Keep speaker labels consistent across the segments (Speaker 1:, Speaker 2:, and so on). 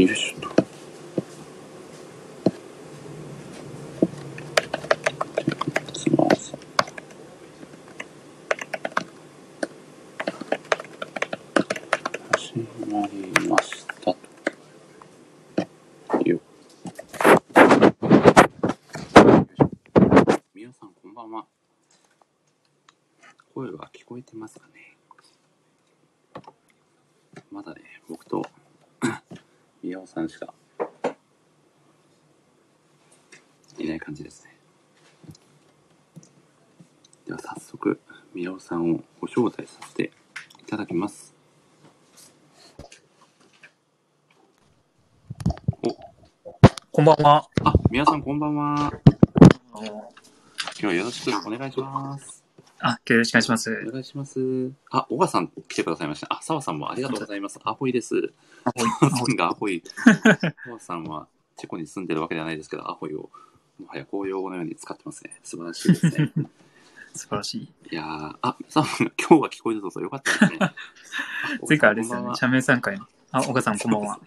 Speaker 1: よいしょと。つまらせ始まりましたと。よよいしょ皆さんこんばんは。声は聞こえてますかねまだね、僕と宮尾さんしかいない感じですね。では早速、宮尾さんをご招待させていただきます。
Speaker 2: こんばんは。
Speaker 1: あ、宮尾さんこんばんは。今日はよろしくお願いします。
Speaker 2: あ、今日よろしくお願いしま す。
Speaker 1: お願いします。あ、小川さん来てくださいました。あ、澤さんもありがとうございます。アホイです。
Speaker 2: あほい
Speaker 1: アホイがアホイ。小川さんはチェコに住んでるわけではないですけど、アホイをもはや公用語のように使ってますね。素晴らしいですね。
Speaker 2: 素晴らしい。
Speaker 1: いやー、あ、澤さんが今日は聞こえるぞとよかった ですね。
Speaker 2: 次からあれですよ
Speaker 1: こんばん
Speaker 2: ね
Speaker 1: は。
Speaker 2: 社名参加への。あ、岡さんこんばん は。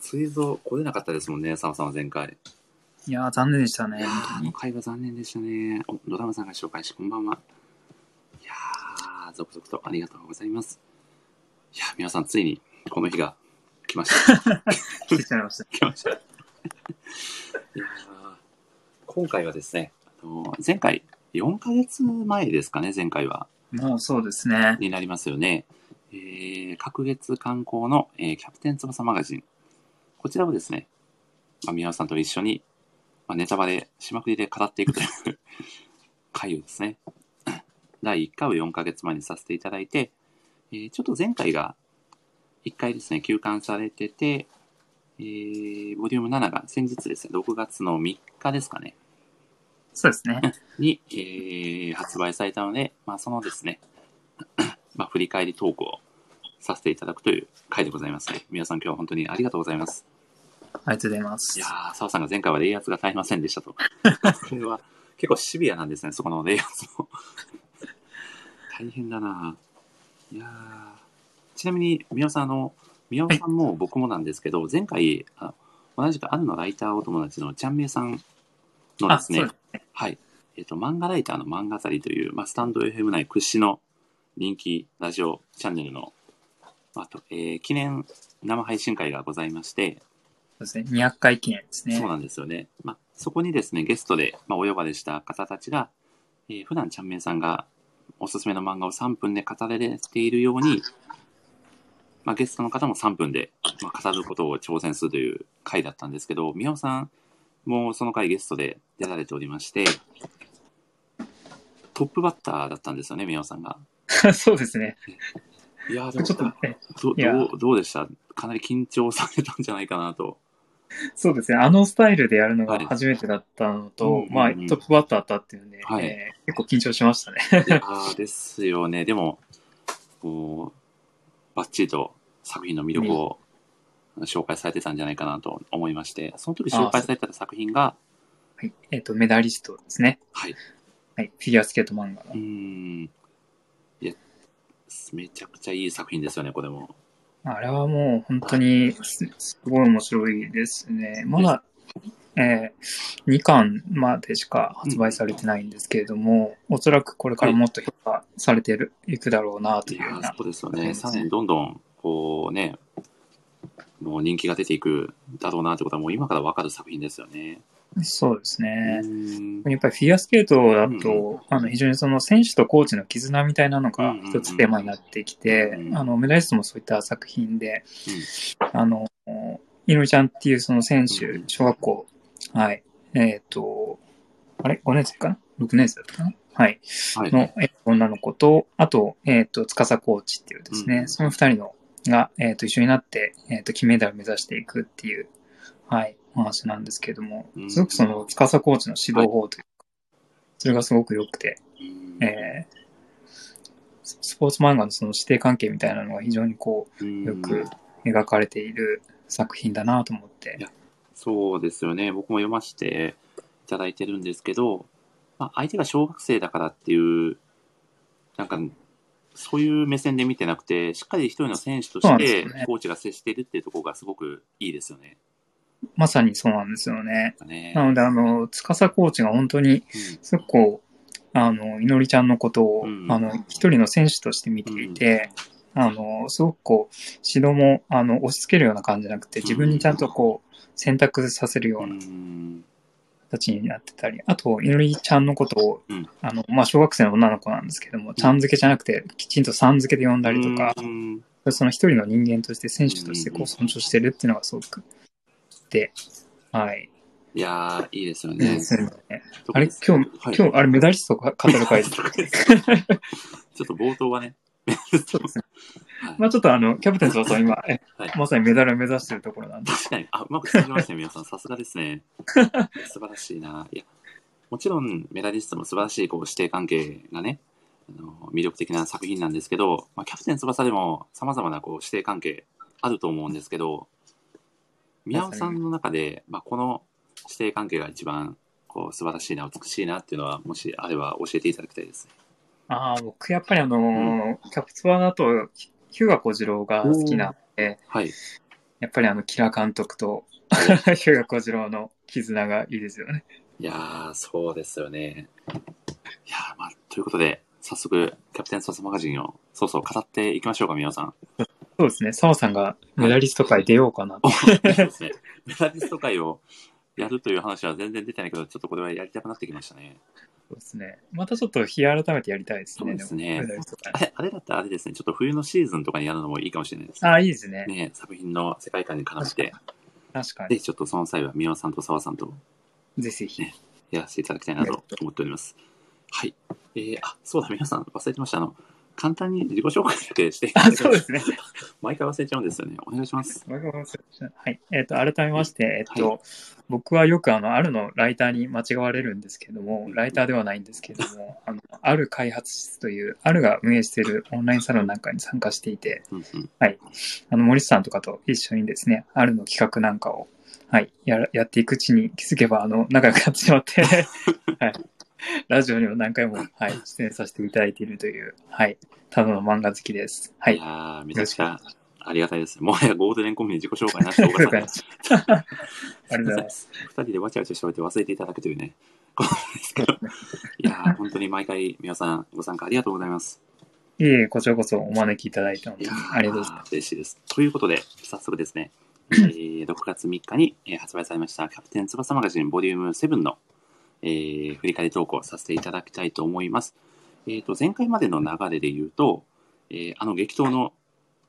Speaker 1: 追蔵来れなかったですもんね、澤さんは前回。
Speaker 2: いやー、残念でした
Speaker 1: い
Speaker 2: ね
Speaker 1: や。ー
Speaker 2: 本
Speaker 1: あ
Speaker 2: 当
Speaker 1: の
Speaker 2: に
Speaker 1: 会話残念でしたね。おドラムさんが紹介し、こんばんは。いやー、続々とありがとうございます。いやー、皆さん、ついにこの日が来ました。
Speaker 2: 来てしまいました。
Speaker 1: 来ました。いやー今回はですね、あの前回、4ヶ月前ですかね、前回は。
Speaker 2: もうそうですね。
Speaker 1: になりますよね。えー、隔月観光の、えーキャプテン翼マガジン。こちらをですね、まあ、宮尾さんと一緒に、まあ、ネタバレしまくりで語っていくという 回をですね、第1回を4ヶ月前にさせていただいて、えーちょっと前回が1回ですね、休館されてて、えー、ボリューム7が先日ですね、6月の3日ですかね、
Speaker 2: そうですね。
Speaker 1: に、えー発売されたので、まあ、そのですね、 まあ、振り返り投稿をさせていただくという回でございますね。皆さん今日は本当にありがとうございます。
Speaker 2: ありがとうございます
Speaker 1: いや。ー、澤さんが前回はレイアウトが足りませんで したと。これは結構シビアなんですね、そこのレイアウトも。 大変だないやーちなみに、宮尾さん、あの、宮尾さんも僕もなんですけど、前回、あ同じくあるのライターお友達のちゃんめいさんの
Speaker 2: あ、
Speaker 1: です
Speaker 2: そう
Speaker 1: ね
Speaker 2: で、す。
Speaker 1: はい。えっ、と、漫画ライターの漫画たりという、まあ、スタンド FM 内屈指の人気ラジオチャンネルの、あと、えー記念生配信会がございまして、
Speaker 2: そうですね。200回記念ですね
Speaker 1: そう。なんですよね。まあ、そこにですね、ゲストで、まあ、お呼ばれした方たちが、えー普段ちゃんめんさんがおすすめの漫画を3分で語られているように、まあ、ゲストの方も3分で、まあ、語ることを挑戦するという回だったんですけど、宮尾さんもその回ゲストで出られておりまして、トップバッターだったんですよね、宮尾さんが。
Speaker 2: そうですね。
Speaker 1: いやー
Speaker 2: ちょっと
Speaker 1: でも
Speaker 2: ね、
Speaker 1: ど
Speaker 2: いや
Speaker 1: どうどうでしたかなり緊張されたんじゃないかなと。
Speaker 2: そうですね。あのスタイルでやるの
Speaker 1: はい
Speaker 2: が初めてだったの
Speaker 1: うんうん
Speaker 2: と
Speaker 1: う、ん
Speaker 2: まあ、トップバッターだったっていうんで、
Speaker 1: はい
Speaker 2: えー結構緊張しましたね。
Speaker 1: いやーですよね。でも、こう、ばっちりと作品の魅力を紹介されてたんじゃないかなと思いまして、その時紹介されてた作品が、
Speaker 2: はい。えっと、メダリストですね。
Speaker 1: はい。
Speaker 2: はい。フィギュアスケート漫画
Speaker 1: うー
Speaker 2: の。
Speaker 1: ん。いや、めちゃくちゃいい作品ですよね、これも。
Speaker 2: あれはもう本当にすすごい面白いですね。まだ、えー、2巻までしか発売されてないんですけれども、おそらくこれからもっと評価されてる、いくだろうなと
Speaker 1: い
Speaker 2: いう
Speaker 1: や
Speaker 2: よう
Speaker 1: ー
Speaker 2: な
Speaker 1: そ。うですよ
Speaker 2: そう
Speaker 1: ね。
Speaker 2: です
Speaker 1: さ
Speaker 2: ね
Speaker 1: らにどんどん、こうね、もう人気が出ていくだろうなってことは、もう今からわかる作品ですよね。
Speaker 2: そうです
Speaker 1: う
Speaker 2: ね。
Speaker 1: ーん
Speaker 2: やっぱりフィギュアスケートだ
Speaker 1: う
Speaker 2: と、あの非常にその選手とコーチの絆みたいなのが一つテーマになってき
Speaker 1: う
Speaker 2: て
Speaker 1: んうんう、ん
Speaker 2: あのメダリストもそういった作品で、あの、いのりちゃんっていうその選
Speaker 1: う
Speaker 2: 手
Speaker 1: ん、
Speaker 2: 小学校、はい、えっ、と、あれ ?5 年生かな ?6 年生だったかなはい。
Speaker 1: はい。
Speaker 2: の、えー女の子と、あと、えっ、と、司コーチっていうですね、
Speaker 1: うん
Speaker 2: その二人のが、えっ、と、一緒になって、えっ、と、金メダルを目指していくっていう、はい、お話なんですけれども
Speaker 1: う、ん
Speaker 2: すごくその、司コーチの指導法というか、それがすごく良くて、
Speaker 1: うーん
Speaker 2: えーススポーツ漫画のその指定関係みたいなのが非常にこう、
Speaker 1: うーん
Speaker 2: よく描かれている作品だなと思って
Speaker 1: いや。そうですよね。僕も読ませていただいてるんですけど、まあ、相手が小学生だからっていう、なんか、そういう目線で見てなくて、しっかり一人の選手と
Speaker 2: そうな
Speaker 1: し
Speaker 2: んです
Speaker 1: て
Speaker 2: よね、
Speaker 1: コーチが接しているっていうところがすごくいいですよね。
Speaker 2: まさにそうなんですよね。
Speaker 1: ね
Speaker 2: なので、あの、司コーチが本当に、すごくこう、あの、いのりちゃんのことを、
Speaker 1: うん
Speaker 2: あの、一人の選手として見ていて、あの、すごくこう、指導も、あの、押し付けるような感じじゃなくて、自分にちゃんとこう、選択させるよ
Speaker 1: う。
Speaker 2: うなん形になってたり、あと、いのりちゃんのことを、
Speaker 1: うん
Speaker 2: あの、まあ、小学生の女の子なんですけども、ちゃん付けじゃなくて、きちんとさん付けで呼んだりとか、
Speaker 1: うん
Speaker 2: その一人の人間として、選手として
Speaker 1: うん
Speaker 2: こう、尊重してるっていうのがすごく、で、はい。
Speaker 1: いやー、いいですよ
Speaker 2: いい
Speaker 1: ね
Speaker 2: で。すよね。
Speaker 1: と
Speaker 2: あ
Speaker 1: こ
Speaker 2: れ
Speaker 1: です
Speaker 2: 今日、
Speaker 1: はい
Speaker 2: 今日、あれ、メダリストが語る 会です。
Speaker 1: ちょっと冒頭はね。
Speaker 2: そうですね
Speaker 1: はい。
Speaker 2: まあちょっとあの、キャプテン翼は今、え
Speaker 1: はい
Speaker 2: まさにメダルを目指してるところなんで。
Speaker 1: 確かに。あ、うまく伝わりましたね、皆さん。さすがですね。素晴らしいな。いや、もちろんメダリストも素晴らしいこう師弟関係がね、あの魅力的な作品なんですけど、まあ、キャプテン翼でも様々なこう師弟関係あると思うんですけど、宮尾さんの中で、まあ、この師弟関係が一番こう素晴らしいな、美しいなっていうのは、もしあれば教えていただきたいです。
Speaker 2: ああ、僕、やっぱりあのーキャプツバだと、ひ日向小次郎が好きなんで、
Speaker 1: はい。
Speaker 2: やっぱりあの、キラ監督と 日向小次郎の絆がいいですよね。
Speaker 1: いやー、そうですよね。いやー、まあ、ということで、早速、キャプテンソースマガジンを、そうそう、語っていきましょうか、皆さん。
Speaker 2: そうですね。澤さんがメダリスト会出ようかなと。
Speaker 1: そうですね。メダリスト会をやるという話は全然出てないけど、ちょっとこれはやりたくなってきましたね。
Speaker 2: そうですね。またちょっと日改めてやりたいですね。
Speaker 1: そうですね
Speaker 2: もメダリスト会
Speaker 1: あ。れ、あれだったらあれですね、ちょっと冬のシーズンとかにやるのもいいかもしれないです
Speaker 2: ああ、いいですね。
Speaker 1: ね。ね作品の世界観に絡めて、
Speaker 2: 確かに。
Speaker 1: で、ちょっとその際は、宮尾さんと澤さんと
Speaker 2: ぜひぜひ。
Speaker 1: やらせていただきたいなと思っております。はい。えー、あ、そうだ、皆さん、忘れてました。あの、簡単に自己紹介だけしていただ
Speaker 2: あ、
Speaker 1: けます
Speaker 2: そうですね。
Speaker 1: 毎回忘れちゃうんですよね。お願いします。
Speaker 2: はい。えっ、と、改めまして、えっ、と、
Speaker 1: は
Speaker 2: 僕はよくあの、あるのライターに間違われるんですけども、ライターではないんですけど も、あの、ある開発室という、あるが運営しているオンラインサロンなんかに参加していて、
Speaker 1: うんうん、
Speaker 2: あの、森さんとかと一緒にですね、あるの企画なんかを、はい、やらやっていくうちに気づけば、あの、仲良くなってしま って、はい。ラジオにも何回も、はい、出演させていただいているという、はい、ただの漫画好きです。はいい
Speaker 1: や。ーめちゃくちゃありがたいです。もはやゴールデンコンビニ自己紹介なしでおばさん。
Speaker 2: ありが とうございます
Speaker 1: 二人でわちゃわちゃ喋って忘れていただくというね。ことですけどいやー本当に毎回皆さんご参加ありがとうございます。
Speaker 2: いえいえ、こちらこそお招きいただいて、本
Speaker 1: い
Speaker 2: 当
Speaker 1: や
Speaker 2: に
Speaker 1: ー
Speaker 2: ありがとうございます。
Speaker 1: 嬉しいです。ということで、早速です ね、えー6月3日にえー発売されましたキャプテン翼マガジンボリューム7の、えー振り返り投稿させていただきたいと思います。えーと、前回までの流れで言うと、えーあの激闘の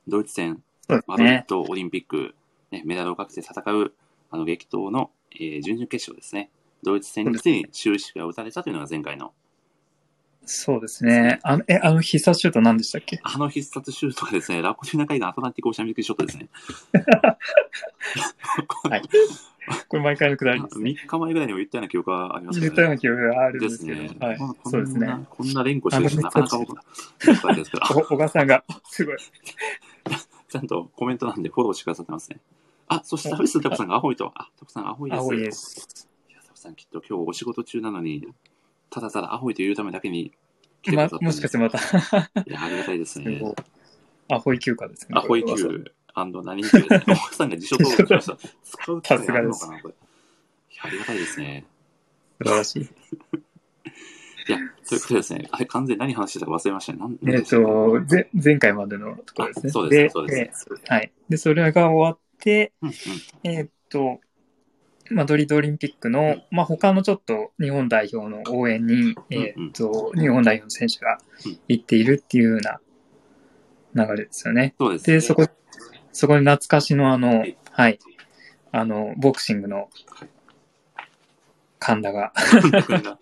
Speaker 1: ドイツ戦、
Speaker 2: そう
Speaker 1: マド
Speaker 2: です
Speaker 1: リッ
Speaker 2: ね。
Speaker 1: ドオリンピック、ね、メダルをかけて戦うあの激闘の、えー準々決勝ですね。ドイツ戦についに終止符が打たれたというのが前回の、
Speaker 2: そうですね。あの、え、あの必殺シュート何でしたっけ
Speaker 1: あの必殺シュートがですね、ラコシュナ海岸アトランティックオーシャンビックショットですね。
Speaker 2: はいこれ毎回のくだりですね。
Speaker 1: 3日前ぐらいにも言ったような記憶があります
Speaker 2: 言ったような記憶があるんですけど、は
Speaker 1: まあ。
Speaker 2: い
Speaker 1: こんな
Speaker 2: そうですね。
Speaker 1: こんな連呼してる人、なかなか僕、なかったですけど、あ
Speaker 2: お小川さんが、すごい。
Speaker 1: ちゃんとコメントなんでフォローしてくださってますね。あ、そしてサービスタコさんがアホイと。あ、タコさんアホイです。
Speaker 2: 青いです。
Speaker 1: いやタコさんきっと今日お仕事中なのに、ただただアホイと言うためだけに来てく
Speaker 2: ま
Speaker 1: ださっ、たん
Speaker 2: も
Speaker 1: で
Speaker 2: しかしてまた、す
Speaker 1: いや、ありがたいですね
Speaker 2: ご。い。アホイ休暇ですね。
Speaker 1: アホイ
Speaker 2: これは
Speaker 1: 級何級 で、ね、奥さんが辞書登録しました。使う機会あるのかな、これ。いや、ありがたいですね。
Speaker 2: 素晴らしい。
Speaker 1: いや、ということでですね、あれ完全に何話してたか忘れましたね。なん
Speaker 2: えっ、
Speaker 1: 何でしたっけ
Speaker 2: と、ぜ、前回までのところですね。
Speaker 1: あそうですそう
Speaker 2: で
Speaker 1: で
Speaker 2: えーはい。で、それが終わって、
Speaker 1: うんうん
Speaker 2: えーっと、マドリードオリンピックの、まあ、他のちょっと日本代表の応援に、えーっと、日本代表の選手が行っているっていうような流れですよね。
Speaker 1: そうですね。
Speaker 2: で、そこ、そこに懐かしのあの
Speaker 1: い、
Speaker 2: はい、あの、ボクシングの神田が、
Speaker 1: 神田君が。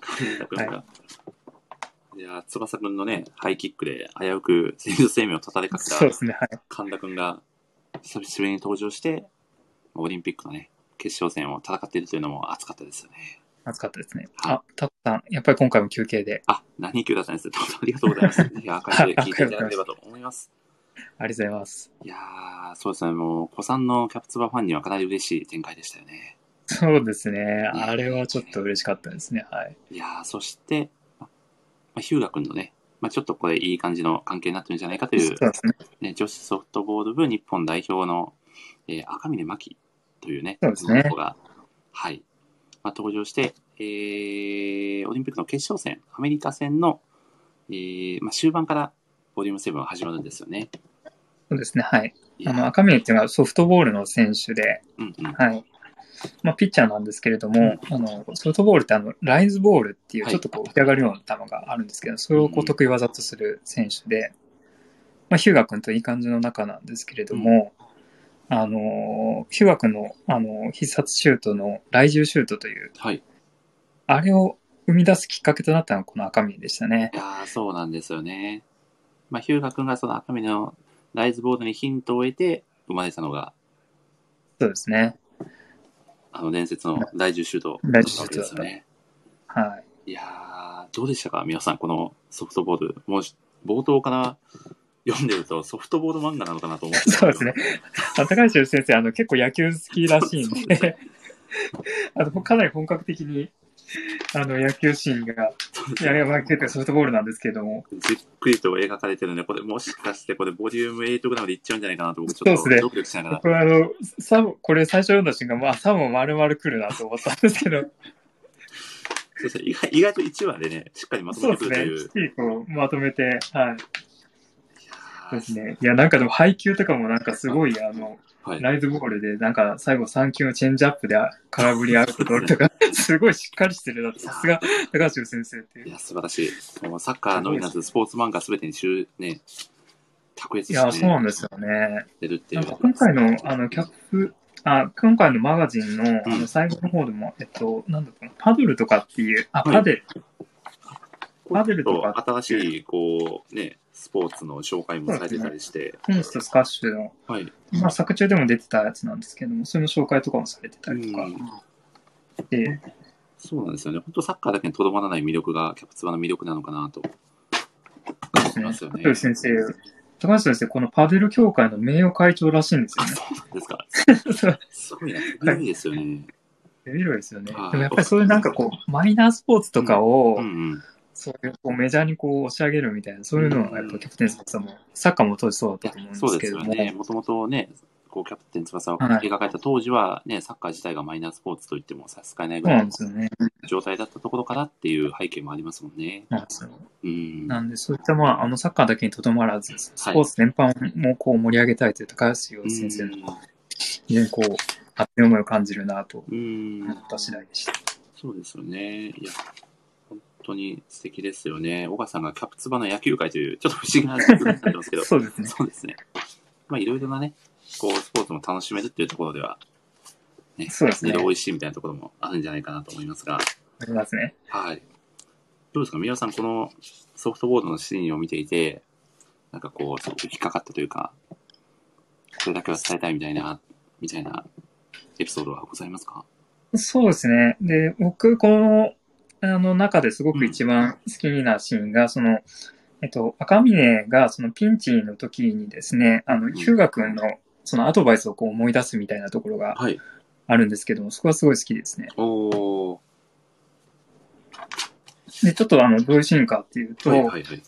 Speaker 1: 神田君が。いやー、翼君のね、ハイキックで危うく選手生命を絶たれかけた
Speaker 2: そうですね、はい。
Speaker 1: 神田君が、久しぶりに登場して、オリンピックのね、決勝戦を戦っているというのも熱かったですよね。
Speaker 2: 懐かったですね。
Speaker 1: はい
Speaker 2: あ、タコさん、やっぱり今回も休憩で、
Speaker 1: あ、何級だったんですね。どうもありがとうござい ます。いやー、会で聞いていただければと思います。
Speaker 2: ありがとうございます。
Speaker 1: いやー、そうですね、もう、子さんのキャプツバファンにはかなり嬉しい展開でしたよね。
Speaker 2: そうですね、あれはちょっと嬉しかったですね、はい。
Speaker 1: いやー、そして、ままあ、ヒューガ君のね、まあ、ちょっとこれいい感じの関係になってるんじゃないかと
Speaker 2: そう
Speaker 1: いう、
Speaker 2: ですね。
Speaker 1: ね、女子ソフトボール部日本代表の、えー赤嶺真希というね、
Speaker 2: そうですね
Speaker 1: 女の子が、はい、まあ、登場して、えーオリンピックの決勝戦、アメリカ戦の、えーまあ、終盤からボリューム7は始まるんですよね。
Speaker 2: そうですね。はい。
Speaker 1: い
Speaker 2: あ
Speaker 1: や
Speaker 2: の、赤嶺っていうのはソフトボールの選手で、
Speaker 1: うんうん、
Speaker 2: はい。まあ、ピッチャーなんですけれども、あの、ソフトボールってあの、ライズボールっていう、
Speaker 1: はい
Speaker 2: ちょっとこう、浮き上がるような球があるんですけど、それを
Speaker 1: う
Speaker 2: こ
Speaker 1: ん
Speaker 2: う、得意技とする選手で、まあ、ヒューガ君といい感じの仲なんですけれども、あの、ヒューガ君の、あの、必殺シュートの、来獣シュートという、
Speaker 1: はい。い
Speaker 2: あれを生み出すきっかけとなったのがこの赤嶺でしたね。
Speaker 1: やーそうなんですよね。まあ、ヒューガ君がその赤嶺のライズボードにヒントを得て、生まれたのが、
Speaker 2: そうですね。
Speaker 1: あの伝説の大獣シュートだ
Speaker 2: 大
Speaker 1: った
Speaker 2: 獣シュ
Speaker 1: わけ
Speaker 2: ート
Speaker 1: で
Speaker 2: だっ
Speaker 1: すよ
Speaker 2: た
Speaker 1: ね。
Speaker 2: はい。
Speaker 1: いやー、どうでしたか皆さん、このソフトボール。もうし、冒頭から読んでるとソフトボール漫画なのかなと思ってた
Speaker 2: そ
Speaker 1: ん
Speaker 2: う
Speaker 1: で
Speaker 2: ですす
Speaker 1: け
Speaker 2: ね
Speaker 1: ど。。
Speaker 2: 高橋先生、あの、結構野球好きらしいん
Speaker 1: そう
Speaker 2: で、あの、かなり本格的に、あの、野球シーンが、いや、野球ってソフトボールなんですけれども、
Speaker 1: じっくりと描かれてるんで、これもしかしてこれボリューム8ぐらいまでいっちゃうんじゃないかなと僕ちょっ
Speaker 2: そう
Speaker 1: と
Speaker 2: ですね
Speaker 1: ドキドキしながら。
Speaker 2: これあの、サブ、これ最初読んだ瞬間、まあ、サブも丸々来るなと思ったんですけど、
Speaker 1: そうですね意外意外と1話でね、しっかりまと
Speaker 2: そ
Speaker 1: め
Speaker 2: う
Speaker 1: て
Speaker 2: で
Speaker 1: く
Speaker 2: す
Speaker 1: ると
Speaker 2: ね
Speaker 1: いう。。
Speaker 2: きっちりこう、まとめて、はい。
Speaker 1: い
Speaker 2: そう
Speaker 1: や
Speaker 2: です
Speaker 1: ー
Speaker 2: ね。いや、なんかでも配球とかもなんかすごい、あの、
Speaker 1: はい。
Speaker 2: ライズボールで、なんか最後3球のチェンジアップで空振りアウト取るとか、すごいしっかりしてるなって、さすが高橋先生っていう
Speaker 1: い。や、素晴らしい。もうサッカーのみならず、スポーツ漫画すべてに集ね、卓越し
Speaker 2: いや、そう
Speaker 1: て
Speaker 2: なんですよね。
Speaker 1: 出るってい
Speaker 2: な
Speaker 1: う。
Speaker 2: んか今回の、あの、キャップ、あ、今回のマガジンの、あ
Speaker 1: うん
Speaker 2: の、最後の方でも、えっと、なんだっけな、パドルとかっていう、あ、
Speaker 1: はい
Speaker 2: パデル、パデルとか、
Speaker 1: 新しい、こう、ね、スポーツの紹介もされてたりして、
Speaker 2: テニスとスカッシュの、
Speaker 1: はい。
Speaker 2: まあ、作中でも出てたやつなんですけども、それの紹介とかもされてたりとか
Speaker 1: うん
Speaker 2: で、
Speaker 1: そうなんですよね。本当サッカーだけにとどまらない魅力が、キャプツバの魅力なのかなと。
Speaker 2: ですね
Speaker 1: あそう
Speaker 2: パ
Speaker 1: ね
Speaker 2: デル先生、高橋先生、このパデル協会の名誉会長らしいんですよ
Speaker 1: あ、
Speaker 2: ね。
Speaker 1: そうなんですか。
Speaker 2: そう
Speaker 1: すごいな。すごいですよね。
Speaker 2: 広いですよね。
Speaker 1: はい
Speaker 2: でもやっぱりそういうなんかこう、マイナースポーツとかを、
Speaker 1: うんうん。
Speaker 2: そういうこうメジャーにこう押し上げるみたいな、そういうのはやっぱキャプテン翼さんも、サッカーも当時そうだった
Speaker 1: い
Speaker 2: と思うん
Speaker 1: や
Speaker 2: で
Speaker 1: そう
Speaker 2: す
Speaker 1: で
Speaker 2: け
Speaker 1: す
Speaker 2: ど
Speaker 1: よ
Speaker 2: も、
Speaker 1: ね。もともとね、こう、キャプテン翼を
Speaker 2: はい
Speaker 1: 描かれた当時は、ね、サッカー自体がマイナースポーツと言っても差し支えないぐ
Speaker 2: そう
Speaker 1: ら
Speaker 2: なん
Speaker 1: い
Speaker 2: ですよね。
Speaker 1: の状態だったところからっていう背景もありますもんね。
Speaker 2: なんですよ
Speaker 1: うん。
Speaker 2: なんで、そういった、まあ、あのサッカーだけにとどまらず、スポーツ全般もこう盛り上げたいという高橋洋一先生の非常にこう、熱い思いを感じるなと
Speaker 1: うんうん
Speaker 2: 思った次第でした。
Speaker 1: そうですよね。いや、本当に素敵ですよね。小川さんがキャプツバの野球界という、ちょっと不思議な状況になってますけど、
Speaker 2: そうですね。
Speaker 1: そうですね。まあ、いろいろなね、こう、スポーツも楽しめるっていうところでは、ね、
Speaker 2: そうですね
Speaker 1: いろいろ美味しいみたいなところもあるんじゃないかなと思いますが、
Speaker 2: ありますね。
Speaker 1: はい。どうですか皆さん、このソフトボードのシーンを見ていて、なんかこう、すごく引っかかったというか、これだけは伝えたいみたいな、みたいなエピソードはございますか
Speaker 2: そうですね。で、僕、この、あの中ですごく一番好きなシーンが、その、えっと、赤峰がそのピンチの時にですね、あの、
Speaker 1: ん
Speaker 2: ヒューガ君のそのアドバイスをこう思い出すみたいなところが
Speaker 1: はい。
Speaker 2: あるんですけども、そこはすごい好きですね。
Speaker 1: おー。
Speaker 2: で、ちょっとあの、どういうシーンかっていうと、
Speaker 1: はいはいはい。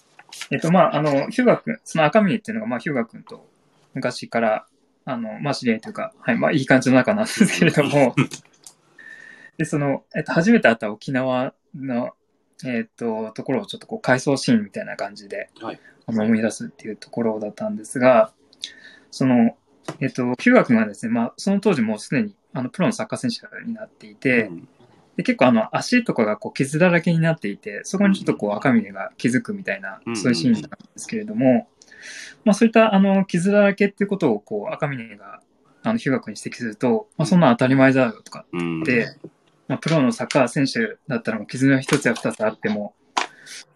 Speaker 2: えっと、まあ、あの、ヒューガ君、その赤峰っていうのが、まあ、ヒューガ君と昔から、あの、まあ、知り合いというか、はい、まあ、いい感じの仲なんですけれど も、で、その、えっと、初めて会った沖縄の、えっと、ところをちょっとこう、回想シーンみたいな感じで、
Speaker 1: はい
Speaker 2: あの思い出すっていうところだったんですが、その、えっと、ヒューガ君はですね、まあ、その当時もうすでに、あの、プロのサッカー選手になっていて、
Speaker 1: うん
Speaker 2: で結構あの足とかがこう傷だらけになっていて、そこにちょっとこう赤峰が気づくみたいな
Speaker 1: う、ん
Speaker 2: そういうシーンなんですけれども、まあそういったあの傷だらけっていうことをこう赤峰があのヒューガ君に指摘すると、まあそんな当たり前だよとか
Speaker 1: うん
Speaker 2: って、まあプロのサッカー選手だったらもう傷が一つや二つあっても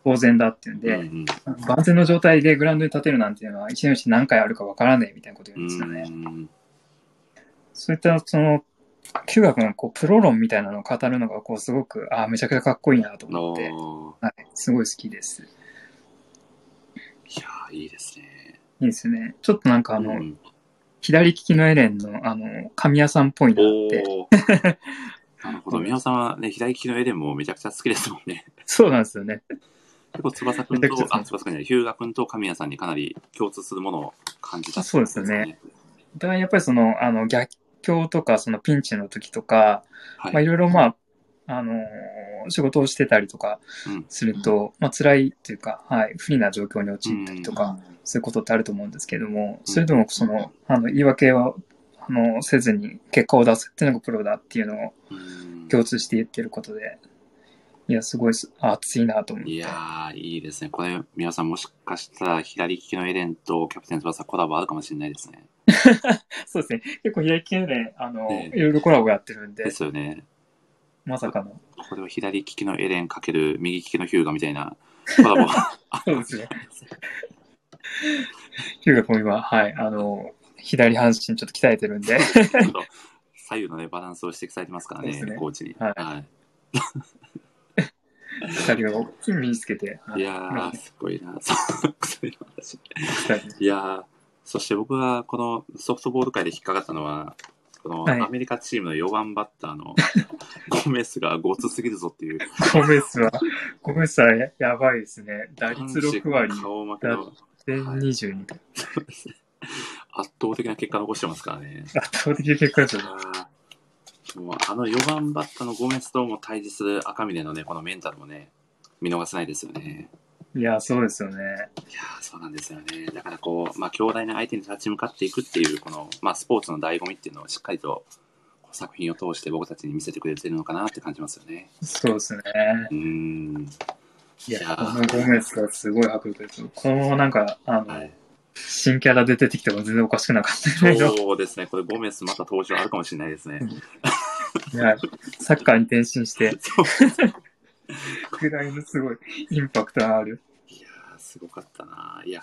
Speaker 2: 当然だっていうん
Speaker 1: うん
Speaker 2: で、
Speaker 1: うん
Speaker 2: 万全の状態でグラウンドに立てるなんていうのは一年のうち何回あるかわからないみたいなこと言うんですよね。
Speaker 1: うん
Speaker 2: そういった、その、ヒューガ君のこうプロ論みたいなのを語るのが、こう、すごく、ああ、めちゃくちゃかっこいいなと思って、
Speaker 1: おー
Speaker 2: はい、すごい好きです。い
Speaker 1: いやーいいですね。
Speaker 2: いですね。ちょっとなんか、あの、
Speaker 1: うん
Speaker 2: 左利きのエレンの、あの、神谷さんっぽいなって、
Speaker 1: おー なるほど。皆さんはね、左利きのエレンもめちゃくちゃ好きですもんね。
Speaker 2: そうなんですよね。
Speaker 1: 結構翼くん
Speaker 2: めちゃく
Speaker 1: と
Speaker 2: ちゃ、そう
Speaker 1: あ、翼くんじゃない、ヒューガくんと神谷さんにかなり共通するものを感じた、
Speaker 2: あそうですよね。お互いやっぱりその、あの、逆境とか、そのピンチの時とか、
Speaker 1: はい。
Speaker 2: まあ、いろいろまあ、あのー仕事をしてたりとか
Speaker 1: うん
Speaker 2: すると、まあ、辛いというか、はい、不利な状況に陥ったりとか、そういうことってあると思うんですけども、それでもその、あの、言い訳は、あの、せずに結果を出すっていうのがプロだっていうのを
Speaker 1: うん
Speaker 2: 共通して言ってることで、いや、すごいすあ熱いなと思って。
Speaker 1: いやー、いいですね。これ、皆さんもしかしたら左利きのエレンとキャプテン翼コラボあるかもしれないですね。
Speaker 2: そうですね。結構、平木県で、あの、
Speaker 1: ね
Speaker 2: いろいろコラボやってるんで
Speaker 1: で、すよね。
Speaker 2: まさかの。
Speaker 1: これを左利きのエレンかける右利きのヒューガみたいなコラボ。
Speaker 2: そうですね。 ヒューガ君は、はい、あの、左半身ちょっと鍛えてるん で、
Speaker 1: ちょっと左右のね、バランスを指摘されてますから
Speaker 2: そう
Speaker 1: ね、
Speaker 2: ですね
Speaker 1: コーチに。、
Speaker 2: はい二人を身につけて、はいい
Speaker 1: やー、すごいな。 そうそれの話
Speaker 2: 鍛えて
Speaker 1: いやー、そして僕はこのソフトボール界で引っかかったのは、この
Speaker 2: はい
Speaker 1: アメリカチームの4番バッター のゴメスがごつすぎるぞっていう、
Speaker 2: ゴメスは、ゴメスはややばいですね。打率6割、
Speaker 1: 顔負けの
Speaker 2: 全22回。
Speaker 1: 圧倒的な結果残してますからね。
Speaker 2: 圧倒的な結果です
Speaker 1: い
Speaker 2: よ
Speaker 1: やーもうあの4番バッターのゴメスとも対峙する赤嶺のね、このメンタルもね、見逃せないですよね。
Speaker 2: いや、そうですよね。
Speaker 1: いやーそうなんですよね。だからこう、まあ、強大な相手に立ち向かっていくっていう、この、まあ、スポーツの醍醐味っていうのをしっかりと、こう作品を通して僕たちに見せてくれてるのかなって感じますよね。
Speaker 2: そうですね。
Speaker 1: うーん。
Speaker 2: いや、この
Speaker 1: ー
Speaker 2: ゴメスはすごい迫力ですよ。このままなんか、あの、
Speaker 1: はい、
Speaker 2: 新キャラで出てきても全然おかしくなかったけど、
Speaker 1: そうですね。これ、ゴメスまた登場あるかもしれないですね。
Speaker 2: い やサッカーに転身して、
Speaker 1: そう
Speaker 2: ぐらいのすごいインパクトがある。
Speaker 1: いやーすごかったな。いや、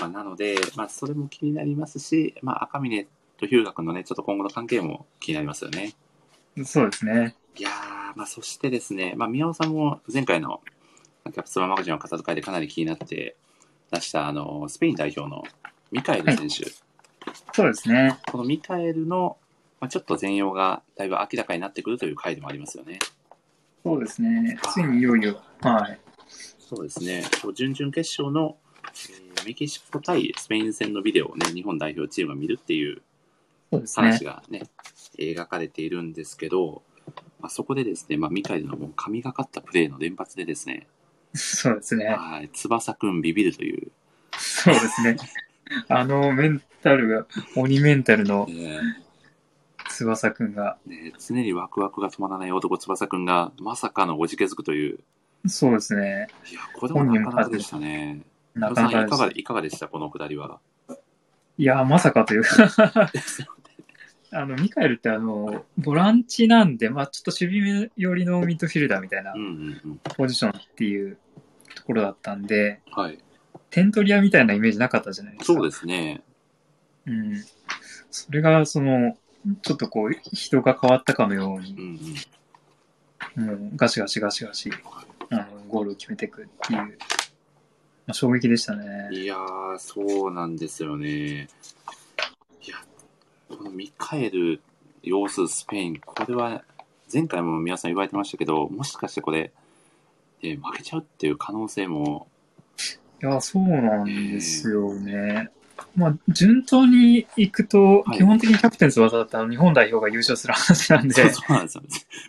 Speaker 1: まあ、なので、まあ、それも気になりますし、まあ、赤嶺とヒューガ君のね、ちょっと今後の関係も気になりますよね。
Speaker 2: そうですね。
Speaker 1: いやー、まあ、そしてですね、まあ、宮尾さんも前回のキャプツバマガジンの片遣いでかなり気になって出した、あの、スペイン代表のミカエル選手。
Speaker 2: そうですね。
Speaker 1: このミカエルの、まあ、ちょっと全容がだいぶ明らかになってくるという回でもありますよね。
Speaker 2: そうですね。ついにいよいよ、はい。
Speaker 1: そうですね。こう準々決勝の、えーメキシコ対スペイン戦のビデオをね、日本代表チームが見るっていう
Speaker 2: そうですね
Speaker 1: 話。がね、描かれているんですけど、まあ、そこでですね、まあ、ミカエルのもう神がかったプレーの連発でですね、
Speaker 2: そうですね。
Speaker 1: はい、翼くんビビるという、
Speaker 2: そうですね。あのメンタルが、鬼メンタルの
Speaker 1: ね
Speaker 2: 翼くんが、
Speaker 1: ね常にワクワクが止まらない男翼くんが、まさかのおじけづくという、
Speaker 2: そうですね。
Speaker 1: いや、これもなかなかでしたね。
Speaker 2: なかな
Speaker 1: 皆
Speaker 2: か
Speaker 1: さん
Speaker 2: で
Speaker 1: いか
Speaker 2: す
Speaker 1: が。いかがでした、このくだりは。
Speaker 2: いや、まさかという か。あの、ミカエルってあの、ボランチなんで、まあちょっと守備寄りのミッドフィルダーみたいな
Speaker 1: うんうんうん。
Speaker 2: ポジションっていうところだったんで、
Speaker 1: はい。
Speaker 2: 点取り屋みたいなイメージなかったじゃないですか。
Speaker 1: そうですね。
Speaker 2: うん。それが、その、ちょっとこう、人が変わったかのよう
Speaker 1: う
Speaker 2: に、
Speaker 1: んうん。
Speaker 2: うん、ガシガシガシガシ、あの、ゴールを決めていくっていう、まあ、衝撃でしたね。
Speaker 1: いやー、そうなんですよね。いや、このミカエル様子スペイン、これは前回も皆さん言われてましたけど、もしかしてこれ、えー負けちゃうっていう可能性も、
Speaker 2: いや、そうなんですよね。まあ、順当に行くと、
Speaker 1: はい
Speaker 2: 基本的にキャプテン翼だったら日本代表が優勝する話なんで、
Speaker 1: そうそうなんですよ。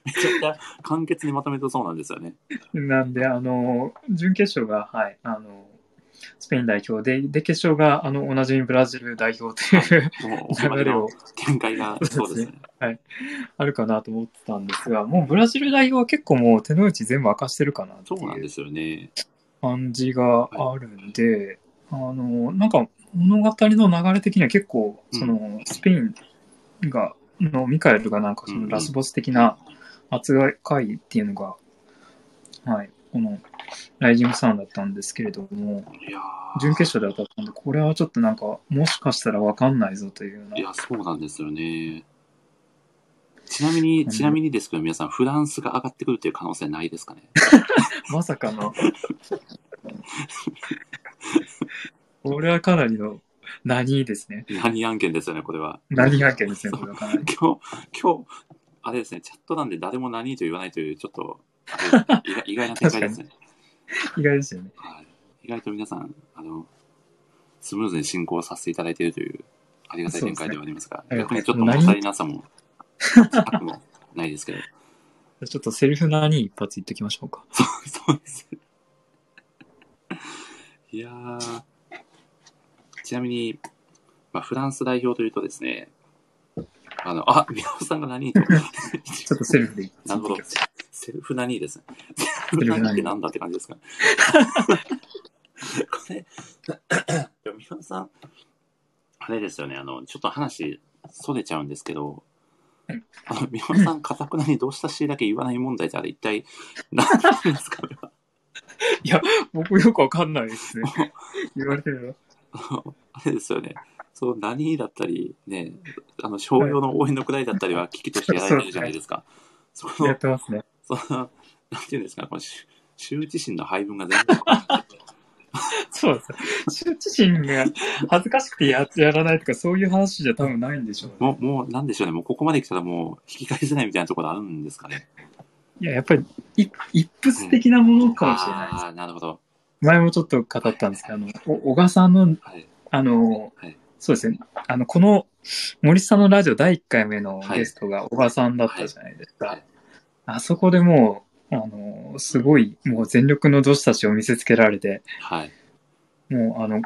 Speaker 1: めちゃくちゃ簡潔にまとめてそうなんですよね。
Speaker 2: なんで、あの、準決勝が、はい、あの、スペイン代表で、で、決勝が、あの、おなじみブラジル代表という
Speaker 1: もう、
Speaker 2: 流れを
Speaker 1: 展開が、そ
Speaker 2: そ
Speaker 1: うう
Speaker 2: で
Speaker 1: ですす
Speaker 2: ね
Speaker 1: ね。
Speaker 2: あるかなと思ってたんですが、もうブラジル代表は結構もう手の内全部明かしてるかなって
Speaker 1: そうなん
Speaker 2: い
Speaker 1: で
Speaker 2: う
Speaker 1: すよね。
Speaker 2: 感じがあるんで、あの、なんか物語の流れ的には結構、その、スペインが、のミカエルがなんかそ
Speaker 1: うんう
Speaker 2: の
Speaker 1: ん
Speaker 2: ラスボス的な扱いっていうのが、はい、このライジングサウンだったんですけれども、
Speaker 1: いや
Speaker 2: 準決勝で当たったんで、これはちょっとなんか、もしかしたらわかんないぞというよう
Speaker 1: ーい
Speaker 2: な。
Speaker 1: や、そうなんですよね。ちなみに、ちなみにですけど、皆さん、フランスが上がってくるという可能性ないですかね。
Speaker 2: まさかの。これはかなりの何ですね。
Speaker 1: 何案件ですよね、これは。
Speaker 2: 何案件ですね、これはかなり。
Speaker 1: 今日、今日、あれですね、チャットなんで誰も何と言わないという、ちょっと、あれですね意外意外な展開ですね。
Speaker 2: 意外ですよね。
Speaker 1: はい、意外と皆さんあの、スムーズに進行させていただいているというありがたい展開ではありますが、
Speaker 2: そうです
Speaker 1: 逆
Speaker 2: ね
Speaker 1: にちょっと物足りなさも、なくもないですけど、
Speaker 2: ちょっとセリフ何一発言っときましょうか。
Speaker 1: そうです。いやーちなみに、まあ、フランス代表というとですね、あの、あ、宮尾さんが何位と、
Speaker 2: ちょっとセリフで一発
Speaker 1: な
Speaker 2: 言
Speaker 1: る
Speaker 2: っ
Speaker 1: ほど
Speaker 2: ときましょう。
Speaker 1: セルフ何位ですね。セ
Speaker 2: ル
Speaker 1: ル
Speaker 2: フ
Speaker 1: フ
Speaker 2: 何
Speaker 1: 何位
Speaker 2: 位
Speaker 1: ってなんだって感じですか。これ、でも宮尾さん、あれですよね、あの、ちょっと話、それちゃうんですけど
Speaker 2: はい、
Speaker 1: あの、宮尾さん、かたくなにどうしたしだけ言わない問題ってあれ一体、何なんですか
Speaker 2: 僕よくわかんないですね。 言われてる
Speaker 1: あれですよね。そう、何だったり、ね、あの、商用の応援のくらいだったりは危機としてやられてるじゃないですか。そ
Speaker 2: のや
Speaker 1: の
Speaker 2: っ、てますね。
Speaker 1: その、なんていうんですか、この、羞羞恥心の配分が全然わかんない。
Speaker 2: そうです。羞恥心が恥ずかしくてややらないとか、そういう話じゃ多分ないんでしょうね。
Speaker 1: もう、もう、なんでしょうね。もう、ここまで来たらもう、引き返せないみたいなところあるんですかね。
Speaker 2: いや、やっぱり、い一筆的なものかもしれないです。
Speaker 1: ああー、なるほど。
Speaker 2: 前もちょっと語ったんですけど、あの、お小賀さんの、
Speaker 1: はい。
Speaker 2: あの、
Speaker 1: はい
Speaker 2: そうですね、あの、この、森さんのラジオ第1回目のゲストが小賀さんだったじゃないですか。
Speaker 1: はいはい
Speaker 2: あそこでもう、あの、すごい、もう全力の女子たちを見せつけられて、
Speaker 1: はい。
Speaker 2: もう、あの、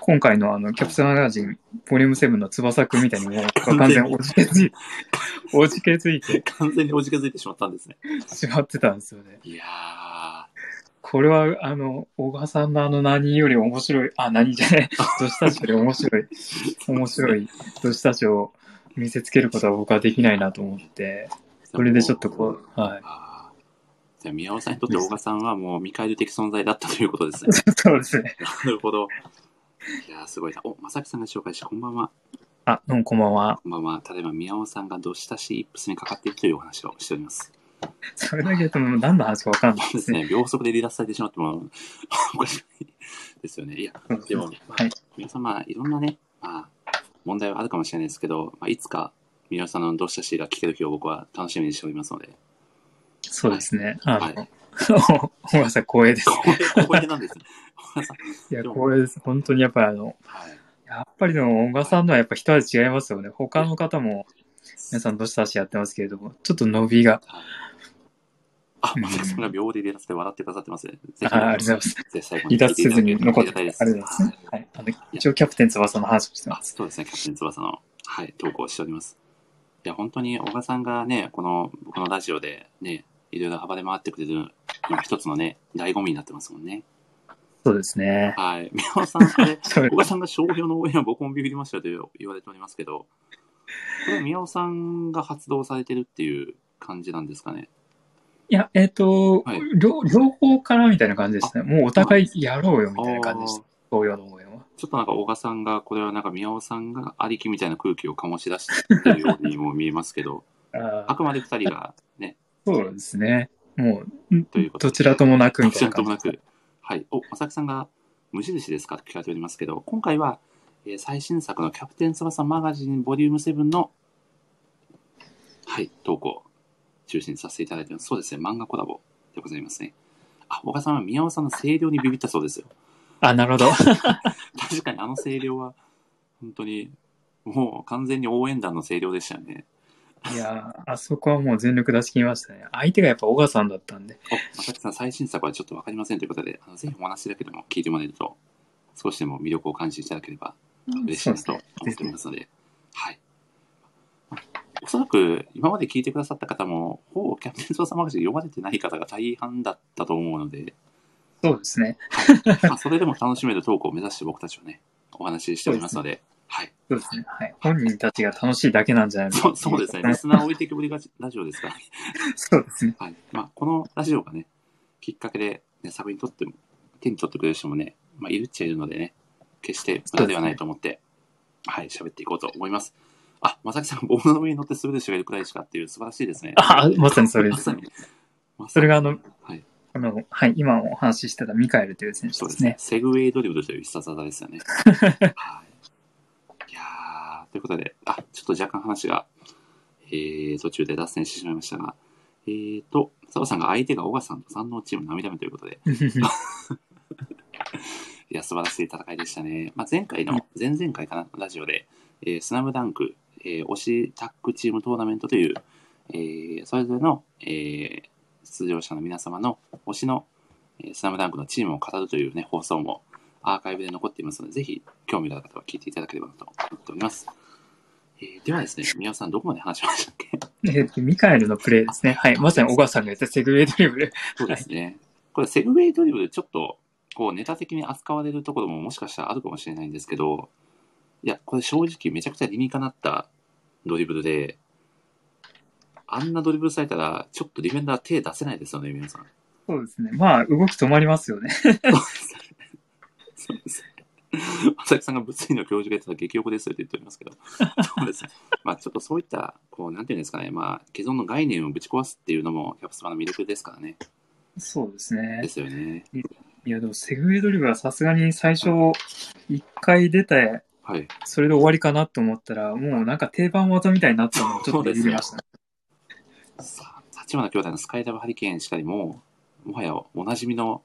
Speaker 2: 今回のあの、キャプツマガジン、ボリューム7の翼くんみたいにもう、 完全におじけつい、おじけついて
Speaker 1: 完全におじけづいてしまったんですね。
Speaker 2: しまってたんですよね。
Speaker 1: いやー、
Speaker 2: これは、あの、小川さんのあの何より面白い、あ、何じゃ ねえ、女子たちより面白い、面白い女子たちを見せつけることは僕はできないなと思って、それでちょっとこう、はい。
Speaker 1: あーじゃあ、宮尾さんにとって、大賀さんはもう、見返り的存在だったということ ですね。
Speaker 2: そうですね。
Speaker 1: なるほど。いやー、すごいな。お、まさきさんが紹介し、こんばんは。
Speaker 2: あ、どうもこんばんは。
Speaker 1: こんばんは。ただいま、宮尾さんがどしたしイップスにかかっているというお話をしております。
Speaker 2: それだけでも何の話かわかんない
Speaker 1: そう
Speaker 2: で
Speaker 1: ですす
Speaker 2: ね。
Speaker 1: ね。秒速で離脱されてしまっても、おかしくないですよね。いや、でも、まあ
Speaker 2: はい
Speaker 1: 皆さん、まあ、いろんなね、まあ、問題はあるかもしれないですけど、まあ、いつか、宮尾さんのどしたしが聞ける日を僕は楽しみにしておりますので、
Speaker 2: そうですね。あ
Speaker 1: はい
Speaker 2: の、小川さん光栄です。
Speaker 1: 光栄光栄なんですね。
Speaker 2: いや、光栄です。本当にやっぱりあの、
Speaker 1: はい。
Speaker 2: やっぱりでも小川さんのはやっぱ一味違いますよね。他の方も皆さんどうしたしやってますけれども、ちょっと伸びが、
Speaker 1: はいあ、まさきさんが秒で離脱で笑ってくださってますね。ぜひ
Speaker 2: あありがとうございます。
Speaker 1: 絶対
Speaker 2: 離脱せずに残って
Speaker 1: ありが
Speaker 2: あ
Speaker 1: た
Speaker 2: れ
Speaker 1: い
Speaker 2: で
Speaker 1: ですす。
Speaker 2: ね。はい。あの、一応キャプテン翼の話をして
Speaker 1: あ
Speaker 2: ます。
Speaker 1: そうですね、キャプテン翼の、はい、投稿をしております。いや、本当に小川さんがね、この、僕のラジオでね、いろいろ幅で回ってくれる、今一つのね、醍醐味になってますもんね。
Speaker 2: そうですね。
Speaker 1: はい。宮尾さん、これ、
Speaker 2: そう
Speaker 1: 小川さんが商標の応援は僕もビビりましたという言われておりますけど、これ宮尾さんが発動されてるっていう感じなんですかね。
Speaker 2: いや、えっ、と、
Speaker 1: はい
Speaker 2: 両、両方からみたいな感じですね。もうお互いやろうよみたいな感じで
Speaker 1: あ
Speaker 2: し
Speaker 1: ー
Speaker 2: た。東洋の応援は。
Speaker 1: ちょっとなんか小川さんが、これはなんか宮尾さんがありきみたいな空気を醸し出してるようにも見えますけ ど、
Speaker 2: あ
Speaker 1: あ
Speaker 2: ー
Speaker 1: くまで二人がね、
Speaker 2: そうですね。もう、ん
Speaker 1: ということで
Speaker 2: どちらともなくみ
Speaker 1: ア
Speaker 2: た
Speaker 1: クセ
Speaker 2: いな
Speaker 1: ント
Speaker 2: 感
Speaker 1: も
Speaker 2: じ
Speaker 1: な。く。はい。お、まさきさんが無印ですかと聞かれておりますけど、今回は、えー最新作のキャプテン翼マガジンボリューム7の、はい、投稿を中心にさせていただいてます。そうですね、漫画コラボでございますね。あ、小川さんは宮尾さんの声量にビビったそうですよ。
Speaker 2: あ、なるほ ど。
Speaker 1: 確かにあの声量は、本当に、もう完全に応援団の声量でしたよね。
Speaker 2: いやー、あそこはもう全力出し切りましたね。相手がやっぱ小川さんだったんで。
Speaker 1: お、まさきさん、最新作はちょっとわかりませんということで、あのぜひお話だけでも聞いてもらえると、少しでも魅力を感じていただければ嬉しい
Speaker 2: そ
Speaker 1: な
Speaker 2: うです
Speaker 1: と思
Speaker 2: ね。
Speaker 1: っておりますので、はい。おそらく、今まで聞いてくださった方も、ほぼキャプテン翼マガジン読まれてない方が大半だったと思うの で、
Speaker 2: そうですね。
Speaker 1: まあ、それでも楽しめるトークを目指して僕たちはね、お話ししておりますので、はい。
Speaker 2: そうですね。はい。本人たちが楽しいだけなんじゃないの
Speaker 1: そうそうですね。リスナー置いてきぼりがちラジオですから、
Speaker 2: そうですね。
Speaker 1: はい。まあ、このラジオがね、きっかけで、ね、作品にとっても、手に取ってくれる人もね、まあ、いるっちゃいるのでね、決して無駄ではないと思って、はい、喋っていこうと思います。あ、まさきさん、ボードの上に乗って滑る人がいるくらいしかっていう素晴らしいですね。
Speaker 2: あ、まさにそれで
Speaker 1: ますさ
Speaker 2: ね
Speaker 1: に。。まさに
Speaker 2: それがあの、
Speaker 1: はい。
Speaker 2: あの、はい、今お話ししてたミカエルという選手
Speaker 1: そう
Speaker 2: で
Speaker 1: ですすね
Speaker 2: ね。。
Speaker 1: セグウェイドリブルという必殺技ですよ ね。はい。いやー、ということで、あ、ちょっと若干話が、えー、途中で脱線してしまいましたが、えーと、澤さんが相手が小川さんと山王チーム涙目ということで、いや、素晴らしい戦いでしたね。まあ、前回の、前々回かな、ラジオで、えースナムダンク、えー推しタッグチームトーナメントという、えーそれぞれの、えー出場者の皆様の推しの、えースナムダンクのチームを語るというね、放送もアーカイブで残っていますので、ぜひ、興味のある方は聞いていただければなと思っております。えーではですね、宮尾さん、どこまで話しましたっけ
Speaker 2: えっと、ミカエルのプレイですね。はい。まさに小川さんが言ったセグウェイドリブル。
Speaker 1: そうですね。これ、セグウェイドリブル、ちょっと、こう、ネタ的に扱われるところももしかしたらあるかもしれないんですけど、いや、これ正直めちゃくちゃ理にかなったドリブルで、あんなドリブルされたら、ちょっとディフェンダー手出せないですよね、皆さん。
Speaker 2: そうですね。まあ、動き止まりますよね。
Speaker 1: そうですね。浅木さんが物理の教授が言ってた激横ですよって言っておりますけど、そうですね。まあちょっとそういった、こう、なんていうんですかね、まあ既存の概念をぶち壊すっていうのも、キャプスマの魅力ですからね。
Speaker 2: そうですね
Speaker 1: で。すよね。
Speaker 2: いや、でも、セグウェイドリブルはさすがに最初、一回出て、
Speaker 1: はい。
Speaker 2: それで終わりかなと思ったら、もうなんか定番技みたいになったのをちょっとびびりましたね。
Speaker 1: さあ、立花兄弟のスカイダブハリケーンしかりも、もはやおなじみの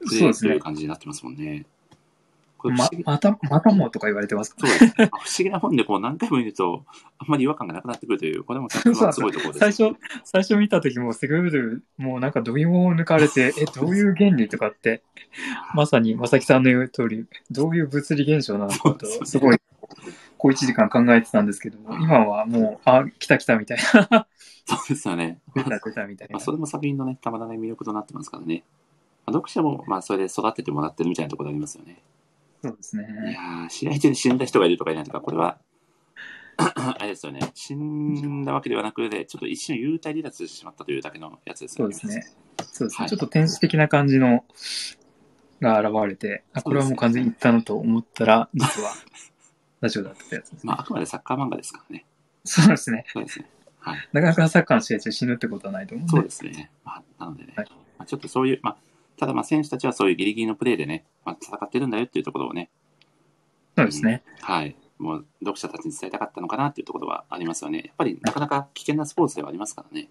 Speaker 1: プ
Speaker 2: そ
Speaker 1: レ
Speaker 2: う
Speaker 1: イ
Speaker 2: で
Speaker 1: と
Speaker 2: す
Speaker 1: い
Speaker 2: ね
Speaker 1: う。感じになってますもんね。これ不
Speaker 2: ま
Speaker 1: 思議、
Speaker 2: また、またもとか言われてます。
Speaker 1: そうですね。不思議な本でこう何回も見ると、あんまり違和感がなくなってくるという、これもキャプスマのすごいところです。
Speaker 2: 最初、最初見た時も、セグウェイドリブル、もうなんか度肝を抜か れて、え、どういう原理とかって、まさに、まさきさんの言う通り、どういう物理現象なのか
Speaker 1: そうですね
Speaker 2: と、すごい、こう1時間考えてたんですけども、今はもう、あ、来た来たみた いな、
Speaker 1: そうですよ ね。
Speaker 2: 出た出たみたい
Speaker 1: ま
Speaker 2: な
Speaker 1: あ、。それも作品のね、たまらない魅力となってますからね。まあ、読者も、まあ、それで育ててもらってるみたいなところありますよね。
Speaker 2: そうです
Speaker 1: い
Speaker 2: ね。
Speaker 1: やー、試合中に死んだ人がいるとかいないとか、これは、 あれですよね。死んだわけではなくて、ちょっと一瞬幽体離脱してしまったというだけのやつです
Speaker 2: そ
Speaker 1: よ
Speaker 2: う
Speaker 1: ね。
Speaker 2: ですね。。そうです
Speaker 1: は
Speaker 2: ね。
Speaker 1: い
Speaker 2: ちょっと天使的な感じの、が現れて、あ、これはもう完全にいったのと思っ たら、実は、ラジオだったやつですね
Speaker 1: ま。あ、あくまでサッカー漫画ですからね。
Speaker 2: そうですね。
Speaker 1: そうですね。はい。
Speaker 2: なかなかサッカーの試合中死ぬってことはないと思うん
Speaker 1: そう
Speaker 2: で。
Speaker 1: ですね。まあ、なのでね、
Speaker 2: はい
Speaker 1: まあ、ちょっとそういう、まあ、ただ、まあ、選手たちはそういうギリギリのプレーでね、まあ、戦ってるんだよっていうところをね、
Speaker 2: そうですね。
Speaker 1: はい。もう、読者たちに伝えたかったのかなっていうところはありますよね。やっぱり、なかなか危険なスポーツではありますからね。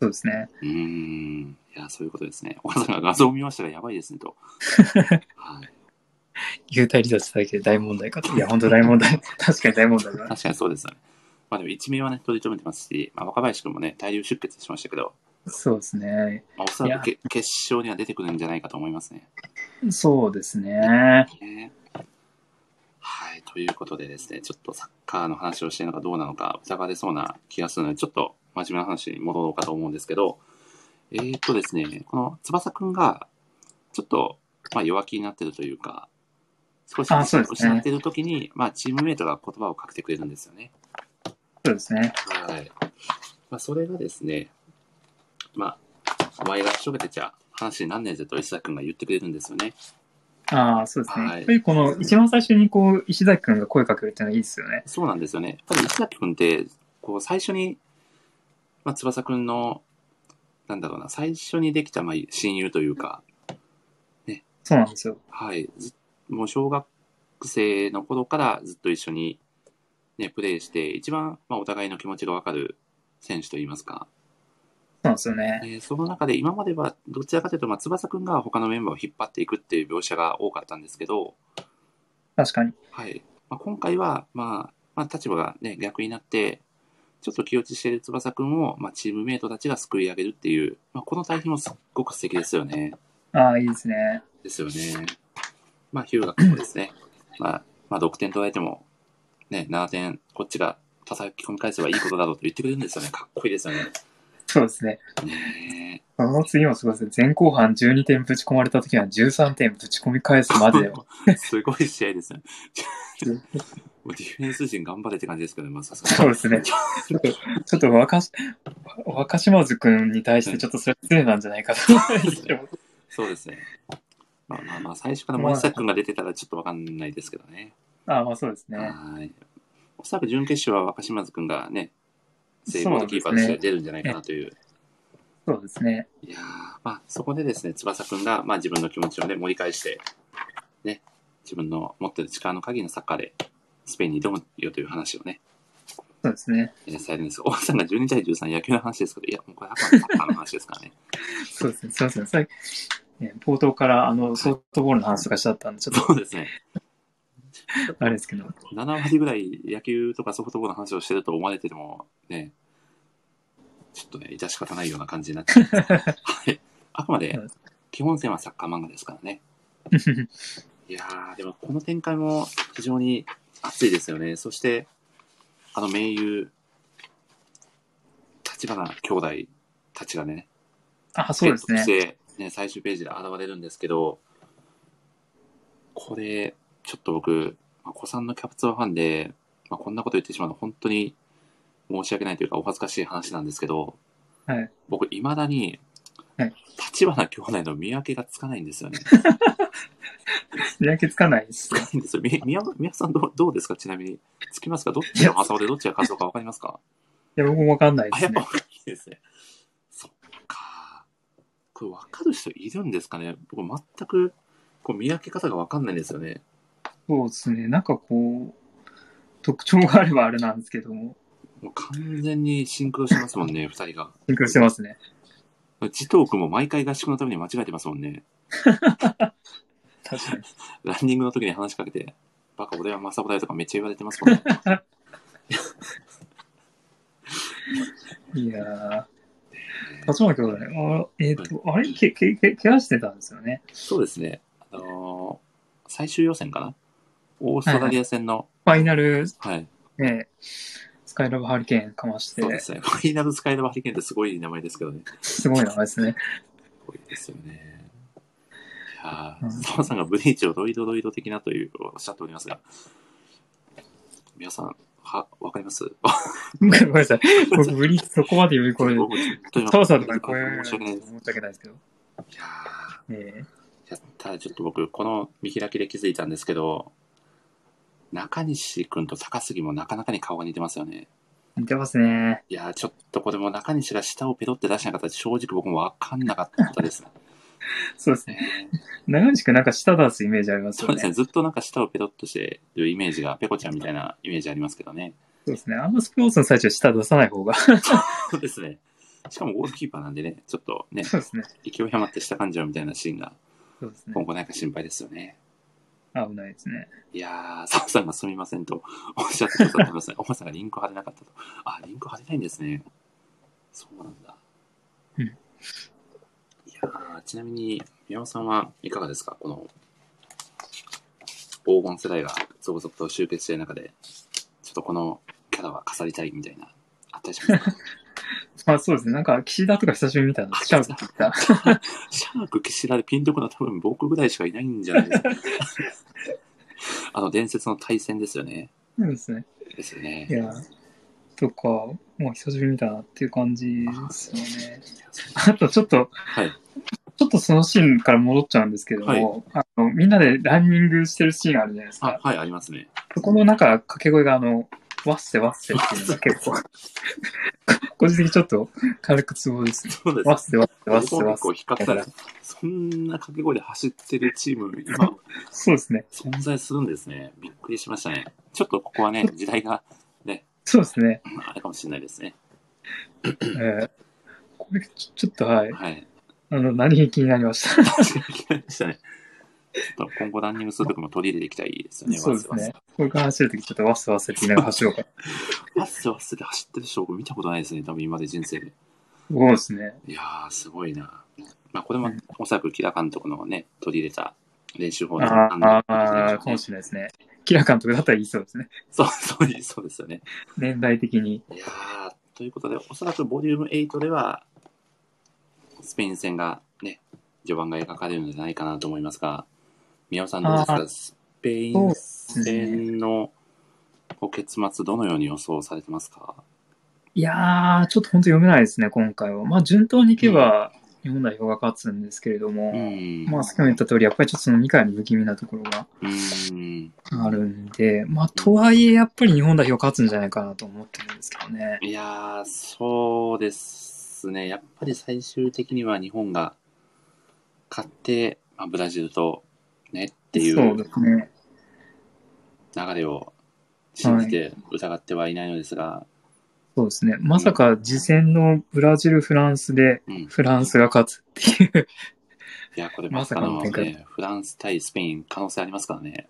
Speaker 2: そうですね。
Speaker 1: うーん。いや、そういうことですね。お母さんが画像を見ましたが、やばいですね、と。はい、
Speaker 2: 幽体離脱しただけで大問題かと。いや、本当大問題。 確かに大問題だ。
Speaker 1: 確かにそうですよね。まあでも、一命はね、取り留めてますし、まあ、若林君もね、大量出血しましたけど、
Speaker 2: そうですね。
Speaker 1: まあ、おそらくけ決勝には出てくるんじゃないかと思いますね。
Speaker 2: そうですね。
Speaker 1: ねはい。ということでですね、ちょっとサッカーの話をしてるのかどうなのか疑われそうな気がするので、ちょっと真面目な話に戻ろうかと思うんですけど、えー、っとですね、この翼くんが、ちょっと、まあ、弱気になってるというか、少し
Speaker 2: あそうですね
Speaker 1: 失ってる時に、まあ、チームメイトが言葉をかけてくれるんですよね。
Speaker 2: そうですね。
Speaker 1: はい。まあ、それがですね、まあ、お前がしょげてちゃ話になんねえぜと石田くんが言ってくれるんですよね。
Speaker 2: ああ、そうですね。
Speaker 1: はい
Speaker 2: やっぱりこの、一番最初にこう、石崎くんが声かけるっていうのはいいですよね。
Speaker 1: そうなんですよね。やっぱり石崎君って、こう、最初に、まあ、翼君の、なんだろうな、最初にできた、まあ、親友というか、
Speaker 2: そうなんですよ。
Speaker 1: はい、ずもう小学生の頃からずっと一緒に、ね、プレーして、一番、まあ、お互いの気持ちがわかる選手といいますか、
Speaker 2: そうなんですよね。
Speaker 1: えーその中で今まではどちらかというと、まあ、翼君が他のメンバーを引っ張っていくっていう描写が多かったんですけど、
Speaker 2: 確かに。
Speaker 1: はい。まあ、今回は、まあ、まあ、立場がね、逆になって、ちょっと気落ちしている翼くんを、まあ、チームメイトたちが救い上げるっていう、まあ、この対比もすっごく素敵ですよね。
Speaker 2: ああ、いいですね。
Speaker 1: ですよね。まあ、ヒューガ君もですね、まあ、まあ、6点取られても、ね、7点、こっちが叩き込み返せばいいことだろうと言ってくれるんですよね。かっこいいですよね。
Speaker 2: そうですね。
Speaker 1: ね
Speaker 2: その次もすごいですね。前後半12点ぶち込まれた時は13点ぶち込み返すまで を。
Speaker 1: えすごい試合ですね。 もうディフェンス陣頑張れって感じですけどね、まあ、さすがに
Speaker 2: そうですね。ちょっと、ちょっと若し、若島津くんに対してちょっとそれ失礼なんじゃないかと。
Speaker 1: そうですね。まあまあまあ、最初から森下君が出てたらちょっとわかんないですけどね。
Speaker 2: ああ、まあそうですね。
Speaker 1: はい。おそらく準決勝は若島津君がね、セーブキーパーとして出るんじゃないかなという。
Speaker 2: そうですね。
Speaker 1: いやーまあそこでですね、翼君が、まあ自分の気持ちをね、盛り返して、ね、自分の持ってる力の限りのサッカーでスペインに挑むよという話をね、
Speaker 2: そうですね。
Speaker 1: えー、されるんですが、王さんが12対13野球の話ですけど、いや、もうこれあくまでサッカーの話ですからね。
Speaker 2: そうですね。すいません。さっき、ね冒頭から、あの、ソフトボールの話とかしちゃったんで、ちょっ
Speaker 1: そうですね。
Speaker 2: と、あれですけど。
Speaker 1: 7割ぐらい野球とかソフトボールの話をしてると思われてても、ね、ちょっとね、致し方ないような感じになっちゃう。はい。あくまで、基本線はサッカー漫画ですからね。いやー、でもこの展開も非常に熱いですよね。そして、あの名優、立花兄弟たちがね、
Speaker 2: あ、そうですね。
Speaker 1: 結束して、ね、最終ページで現れるんですけど、これ、ちょっと僕、まあ、子さんのキャプツアーファンで、まあ、こんなこと言ってしまうの本当に申し訳ないというかお恥ずかしい話なんですけど、
Speaker 2: はい
Speaker 1: 僕、いまだに、
Speaker 2: はい
Speaker 1: 立花兄弟の見分けがつかないんです よね。
Speaker 2: 見分けつかないです
Speaker 1: つ。かないんですよ。み、みや、みやさんどう、どうですかちなみに。つきますかどっちが正雄でどっちが和夫かわかりますか
Speaker 2: いや、僕もわかんないで
Speaker 1: あ、や
Speaker 2: す
Speaker 1: っぱ
Speaker 2: ね。
Speaker 1: 大きいですね。そっか。これ分かる人いるんですかね僕全く、こう見分け方が分かんないんですよね。
Speaker 2: そうですね。なんかこう、特徴があればあれなんですけども、
Speaker 1: もう完全にシンクロしてますもんね、二人が。
Speaker 2: シンクロしてますね。
Speaker 1: ジトー君も毎回合宿のために間違えてますもんね。
Speaker 2: 確かに。
Speaker 1: ランニングの時に話しかけて、バカ俺は正雄だよとかめっちゃ言われてますもんね。
Speaker 2: いやー、立花兄弟、あえっ、と、あれ、け、け、け、怪我してたんですよね。
Speaker 1: そうですね。あのー最終予選かなオーストラリア戦の、
Speaker 2: ファイナル、
Speaker 1: はい。
Speaker 2: ね、スカイラブハリケーンかまし
Speaker 1: そうで
Speaker 2: て、
Speaker 1: すね。ファイナルスカイラバーハリケーンってすごい名前ですけどね。
Speaker 2: すごい名前ですね。
Speaker 1: すごいですよね。いや
Speaker 2: うん
Speaker 1: ー、澤さんがブリーチをロイドロイド的なというおっしゃっておりますが、皆さん、は、わかります
Speaker 2: ごめんなさい。僕、ブリーチそこまで呼び
Speaker 1: こ
Speaker 2: 込んで、
Speaker 1: れ
Speaker 2: 澤さんとかに声
Speaker 1: 申し訳ないです。
Speaker 2: 申し訳ないですけど。
Speaker 1: いやー
Speaker 2: え
Speaker 1: いやただちょっと僕、この見開きで気づいたんですけど、中西君と高杉もなかなかに顔が似てますよね。
Speaker 2: ー、似てますね。
Speaker 1: いやー、ちょっとこれも中西が舌をペロって出しなかったら正直僕もわかんなかったですね。
Speaker 2: そうですね。 長西くんなんか舌出すイメージあります
Speaker 1: そ
Speaker 2: よ
Speaker 1: うですね。
Speaker 2: ね。
Speaker 1: ずっとなんか舌をペロッとしてるイメージが、ペコちゃんみたいなイメージありますけどね。
Speaker 2: そうですね。あんまスポーツの最中舌出さない方が。
Speaker 1: そうですね。しかもゴールキーパーなんでね、ちょっとね、
Speaker 2: そうですね。
Speaker 1: 勢い余って舌感じようみたいなシーンが
Speaker 2: そうです
Speaker 1: 今
Speaker 2: ね。
Speaker 1: 後ないか心配ですよね。
Speaker 2: 危ないですね。
Speaker 1: いやー、澤さんがすみませんとおっしゃってくださってますね。おばさんがリンク貼れなかったと。あ、リンク貼れないんですね。そうなんだ。
Speaker 2: うん
Speaker 1: いやー、ちなみに、宮尾さんはいかがですかこの、黄金世代が続々と集結している中で、ちょっとこのキャラは飾りたいみたいな、あったりしますか
Speaker 2: まあそうですね。なんか、岸田とか久しぶりに見たの。シャープって言った。
Speaker 1: シャーク、岸田でピンとくのは多分僕ぐらいしかいないんじゃないです か。あの伝説の対戦ですよね。
Speaker 2: そうですね。
Speaker 1: ですよね。
Speaker 2: いや、とか、もう久しぶりに見たなっていう感じですよね。あとちょっと、
Speaker 1: はい。
Speaker 2: ちょっとそのシーンから戻っちゃうんですけども、あのみんなでランニングしてるシーンあるじゃないです
Speaker 1: あ
Speaker 2: か。、
Speaker 1: はい、ありますね。
Speaker 2: そこの中、掛け声があの、わっせわっせっていうのが結構、 個人的にちょっと軽くツボです。
Speaker 1: そうです
Speaker 2: わっ。せわっせわっ
Speaker 1: 日
Speaker 2: せ
Speaker 1: 本
Speaker 2: わっ
Speaker 1: が
Speaker 2: せ
Speaker 1: こう。比較されそんな掛け声で走ってるチーム、今、
Speaker 2: そうですね。
Speaker 1: 存在するんですね。びっくりしましたね。ちょっとここはね、時代が、
Speaker 2: そうですね。
Speaker 1: まああれかもしれないですね。
Speaker 2: えーこれちょ、ちょっとはい。
Speaker 1: はい。
Speaker 2: あの、何気に気になりました。
Speaker 1: 気になりましたね。ちょっと今後ランニングするときも取り入れていきたいですよね。
Speaker 2: そうです
Speaker 1: わっせ
Speaker 2: ね。これから走るときちょっとわっせわっせって言いながら走ろうか。
Speaker 1: わっせ。わっせわっせで走ってる人、僕見たことないですね。多分今まで人生で。
Speaker 2: そうですね。
Speaker 1: いやー、すごいな。まあ、これもおそらく木田監督のね、取り入れた練習法の
Speaker 2: あーあ
Speaker 1: あ
Speaker 2: ー、かもしれないですね。キラ監督だったら言いそうですね。
Speaker 1: そう、そう、そうですよね。
Speaker 2: 年代的に。
Speaker 1: いやーということで、おそらくボリューム8では、スペイン戦がね、序盤が描かれるのではないかなと思いますが、宮尾さんどうです
Speaker 2: あ
Speaker 1: かスペイン戦のこう結末、どのように予想されてますか
Speaker 2: いやー、ちょっと本当読めないですね、今回は。まあ、順当にいけば、日本代表が勝つんですけれど
Speaker 1: う
Speaker 2: も、
Speaker 1: ん。
Speaker 2: まあ、先ほど言った通り、やっぱりちょっとその2回の不気味なところが
Speaker 1: うん。
Speaker 2: あるんで、まあ、とはいえ、やっぱり日本代表勝つんじゃないかなと思ってるんですけどね。
Speaker 1: いやー、そうですね。やっぱり最終的には日本が勝って、まあ、ブラジルとねっていう。
Speaker 2: そうですね。
Speaker 1: 流れを信じて疑ってはいないのですが、
Speaker 2: そうですね。まさか次戦のブラジル、フランスで、
Speaker 1: うん。い
Speaker 2: フランスが勝つっていう。
Speaker 1: や、これ
Speaker 2: ま
Speaker 1: ま
Speaker 2: さ
Speaker 1: さ
Speaker 2: か
Speaker 1: か
Speaker 2: の
Speaker 1: の
Speaker 2: 展開
Speaker 1: ね、フランス対スペイン可能性ありますからね。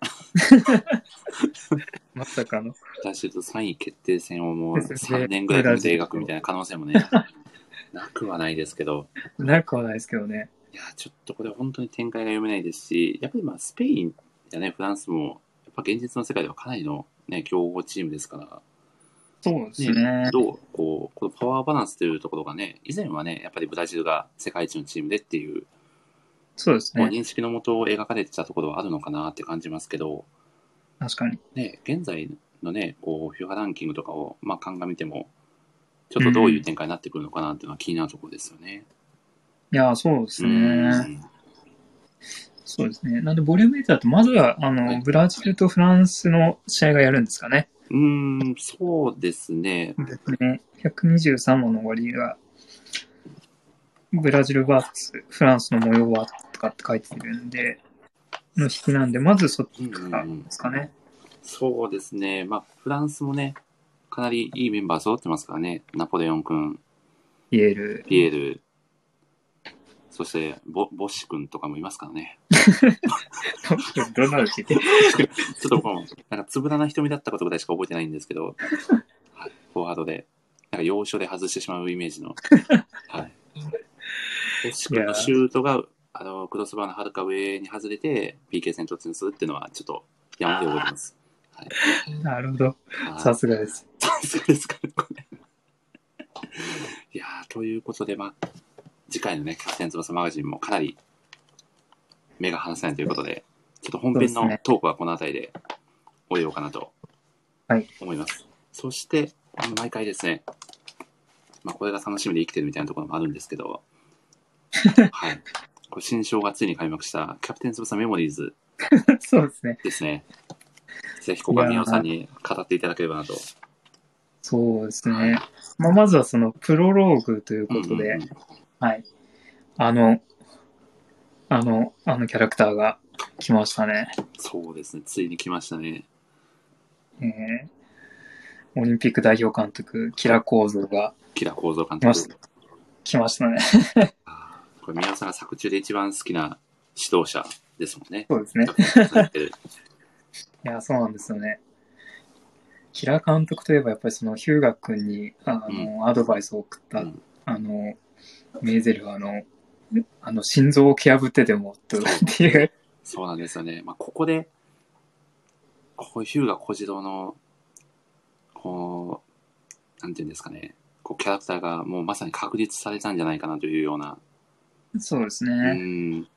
Speaker 2: まさかの。
Speaker 1: 私と3位決定戦をもう
Speaker 2: ですね
Speaker 1: 3年ぐらいかけて描くみたいな可能性もね、なくはないですけど。
Speaker 2: なくはないですけどね。
Speaker 1: いや、ちょっとこれ本当に展開が読めないですし、やっぱりまあスペインやね、フランスも、やっぱ現実の世界ではかなりの、ね、強豪チームですから、
Speaker 2: そうです
Speaker 1: ね
Speaker 2: ね。
Speaker 1: どう、こう、このパワーバランスというところがね、以前はね、やっぱりブラジルが世界一のチームでっていう、
Speaker 2: そうです
Speaker 1: こう
Speaker 2: ね。
Speaker 1: 認識のもと描かれてたところはあるのかなって感じますけど、
Speaker 2: 確かに。
Speaker 1: ね、現在のね、こう、フィファランキングとかを、まあ、鑑みても、ちょっとどういう展開になってくるのかなっていうのは気になるところですよね。
Speaker 2: いや、そうです
Speaker 1: う
Speaker 2: ね。
Speaker 1: ん
Speaker 2: そうですね。なんで、ボリューム8だと、まずは、あ
Speaker 1: は
Speaker 2: の、
Speaker 1: い
Speaker 2: ブラジルとフランスの試合がやるんですかね。
Speaker 1: うーん、そうですね。
Speaker 2: ですね。123問の終わりが、ブラジル VS フランスの模様はとかって書いてるんで、の引きなんで、まずそっちからですかね。
Speaker 1: そうですね。まあ、フランスもね、かなりいいメンバー揃ってますからね。ナポレオン君、
Speaker 2: ピエール。
Speaker 1: ピエール、そしてボ、ボッシ君とかもいますからね。
Speaker 2: どんなの聞いて
Speaker 1: ちょっと この、なんか、つぶらな瞳だったことぐらいしか覚えてないんですけど、はい、フォワードで、なんか、要所で外してしまうイメージ の。はい。ボッシ君のシュートが、あの、クロスバーのはるか上に外れて、PK 戦突入するっていうのは、ちょっと、山で覚えてます。はい。
Speaker 2: なるほど。
Speaker 1: はい
Speaker 2: さすがです。
Speaker 1: そうですかね、これ。いやー、ということで、まあ、次回のね、キャプテン翼マガジンもかなり目が離せないということで、ちょっと本編
Speaker 2: そうで
Speaker 1: の
Speaker 2: すね
Speaker 1: トークはこの辺りで終えようかなと
Speaker 2: はい
Speaker 1: 思います。そして、毎回ですね、まあ、これが楽しみで生きてるみたいなところもあるんですけ ど、はい。これ新章がついに開幕したキャプテン翼メモリーズ
Speaker 2: そうですね。
Speaker 1: ですね。ぜひ、ここは宮尾さんに語っていただければなと。
Speaker 2: そうです
Speaker 1: はい
Speaker 2: ね。まあ、まずはそのプロローグということで、
Speaker 1: うんうんうん
Speaker 2: はい。あの、あの、あのキャラクターが来ましたね。
Speaker 1: そうですね、ついに来ましたね。
Speaker 2: えーオリンピック代表監督、キラ構造が
Speaker 1: キラ構造監
Speaker 2: 来まし
Speaker 1: 督
Speaker 2: た。。来ま したね。
Speaker 1: あーこれ、宮尾さんが作中で一番好きな指導者ですもんね。
Speaker 2: そうですね。
Speaker 1: はい
Speaker 2: や、そうなんですよね。キラ監督といえば、やっぱりそのヒューガ君にあの、アドバイスを送った、
Speaker 1: うん
Speaker 2: あの、メーゼルはあの、あの心臓を蹴破ってでもとっていう、
Speaker 1: そうなんですよね。まあ、ここで、こう、ヒューガ小次郎の、こう、なんていうんですかね、こう、キャラクターがもうまさに確立されたんじゃないかなというような、
Speaker 2: そうです
Speaker 1: う
Speaker 2: ね。
Speaker 1: ん。い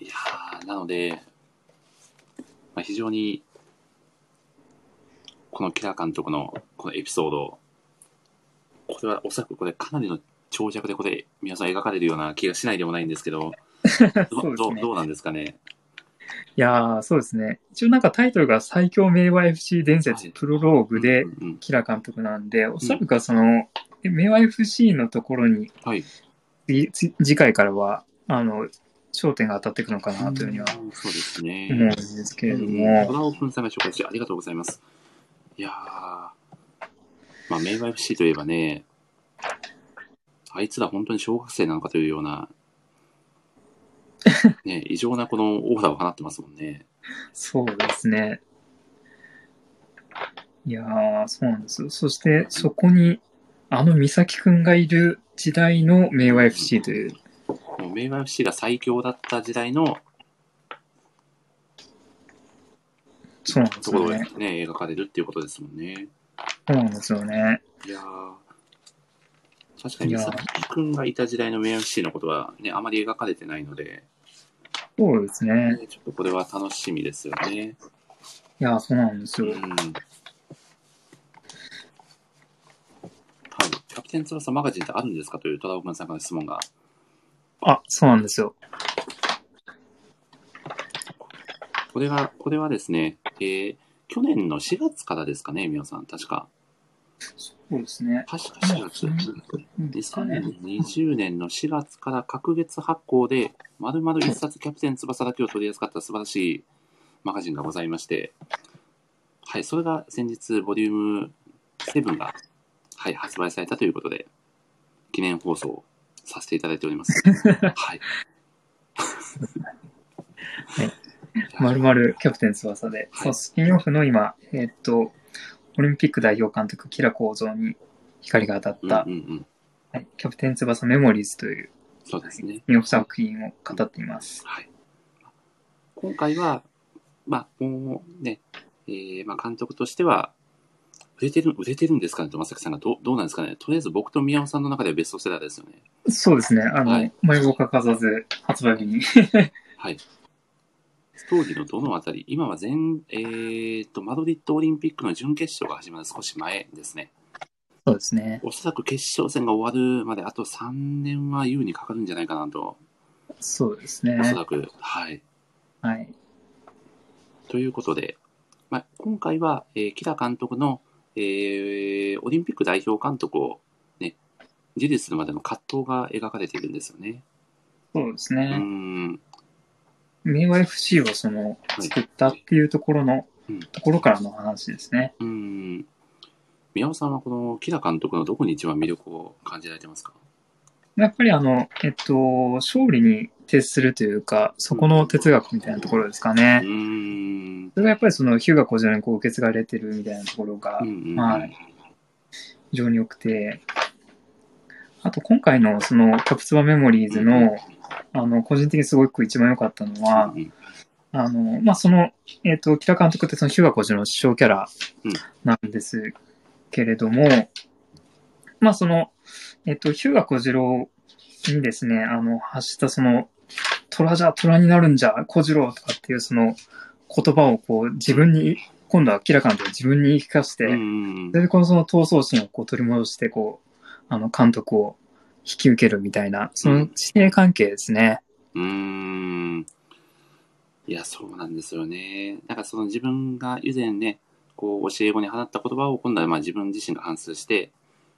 Speaker 1: やーなので、まあ、非常に、このキラー監督のこのエピソード、これはおそらくこれかなりの長尺でこれ、皆さん描かれるような気がしないでもないんですけ ど、ど
Speaker 2: そうです
Speaker 1: ど
Speaker 2: ね
Speaker 1: どうなんですかね。
Speaker 2: いやー、そうですね。一応なんかタイトルが最強名和 FC 伝説プロローグで
Speaker 1: う、んうんうん
Speaker 2: キラ監督なんで、おそらくはその、名和 FC のところに、
Speaker 1: はい。
Speaker 2: 次次次回からは、あの、焦点が当たっていくのかなというふうには
Speaker 1: そうです
Speaker 2: 思うん
Speaker 1: ね。
Speaker 2: ですけれど
Speaker 1: うん
Speaker 2: も、
Speaker 1: 虎尾くんさんが紹介してありがとうございます。いやー、まあ、名馬 FC といえばね、あいつら本当に小学生なのかというような、 ね、異常なこのオーラを放ってますもんね。
Speaker 2: そうですね。いやー、そうなんですよ。そして、そこに、あの美咲くんがいる時代の名和 FC という、
Speaker 1: もう名馬 FC が最強だった時代の
Speaker 2: そうなんです
Speaker 1: とこ
Speaker 2: よ
Speaker 1: ろが
Speaker 2: ね。
Speaker 1: ね、描かれるっていうことですもんね。
Speaker 2: そうなんですよね。
Speaker 1: いやー確かに、美咲くんがいた時代の名 FC のことはね、あまり描かれてないので、
Speaker 2: そうですね。
Speaker 1: ちょっとこれは楽しみですよね。
Speaker 2: いやー、そうなんです
Speaker 1: う
Speaker 2: よ
Speaker 1: ん。。はい。キャプテン翼マガジンってあるんですかというトラオブンさんからの質問が。
Speaker 2: あ、そうなんですよ。
Speaker 1: これは、これはですね、えー去年の4月からですかね、みおさん。確か。
Speaker 2: そうですね。
Speaker 1: 確か4月。
Speaker 2: うん
Speaker 1: 2020年の4月から隔月発行で、まるまる一冊キャプテン翼だけを取り扱った素晴らしいマガジンがございまして、はい、それが先日ボリュームセブンが、はい、発売されたということで、記念放送をさせていただいており ます。はい。
Speaker 2: まるまるキャプテン翼で、
Speaker 1: はい
Speaker 2: そうスピンオフの今、えーっと、オリンピック代表監督、キラ構造に光が当たった、
Speaker 1: うんうんうん。
Speaker 2: はいキャプテン翼メモリーズという
Speaker 1: そうですね
Speaker 2: ス。ピンオフ作品を語っています。
Speaker 1: はい。今回は、まあ、もうね、えー、まあ、監督としては、売れてる、売れてるんですかねと、まさきさんがどう、どうなんですかね。とりあえず僕と宮尾さんの中ではベストセラーですよね。
Speaker 2: そうですね、あの、
Speaker 1: はい
Speaker 2: 前を欠かさず発売日に。
Speaker 1: はい。ストーリーのどのあたり、今は全、えー、と、マドリッドオリンピックの準決勝が始まる少し前ですね。
Speaker 2: そうですね、
Speaker 1: おそらく決勝戦が終わるまであと3年は優にかかるんじゃないかなと、
Speaker 2: そうです
Speaker 1: おそ
Speaker 2: ね。
Speaker 1: らく、はい。
Speaker 2: はい。
Speaker 1: ということで、まあ、今回は、えーキラ監督の、えーオリンピック代表監督を、ね、自立するまでの葛藤が描かれているんですよね。
Speaker 2: そうです
Speaker 1: うー
Speaker 2: ね。
Speaker 1: ん、
Speaker 2: 名和 FC をその、
Speaker 1: い
Speaker 2: 作ったっていうところの
Speaker 1: うん、
Speaker 2: ところからの話ですね。
Speaker 1: うーん。宮尾さんはこのキラ監督のどこに一番魅力を感じられてますか
Speaker 2: やっぱりあの、えっと、勝利に徹するというか、そこの哲学みたいなところですか
Speaker 1: う
Speaker 2: ね。
Speaker 1: ーん。
Speaker 2: それがやっぱりその、ヒューガ小次郎にこう受け継がれてるみたいなところが
Speaker 1: うんうんうん
Speaker 2: はい非常に良くて、あと今回のその、キャプツバメモリーズの、あの、個人的にすごく一番良かったのは
Speaker 1: う、ん
Speaker 2: あの、まあ、その、えっ、と、北監督ってそのヒューガコーチの師匠キャラ
Speaker 1: うん
Speaker 2: なんですけれども、まあ、その、えっ、と、ヒューガコジロにですね、あの、発したその、虎じゃ、虎になるんじゃ、小次郎とかっていうその言葉をこう自分に、今度は明らかに自分に言い聞かせて、
Speaker 1: うんうん
Speaker 2: それでこのその闘争心をこう取り戻して、こう、あの、監督を引き受けるみたいな、その師弟関係ですね。
Speaker 1: うーん。いや、そうなんですよね。なんかその自分が以前ね、こう教え子に放った言葉を今度はまあ自分自身が反芻して、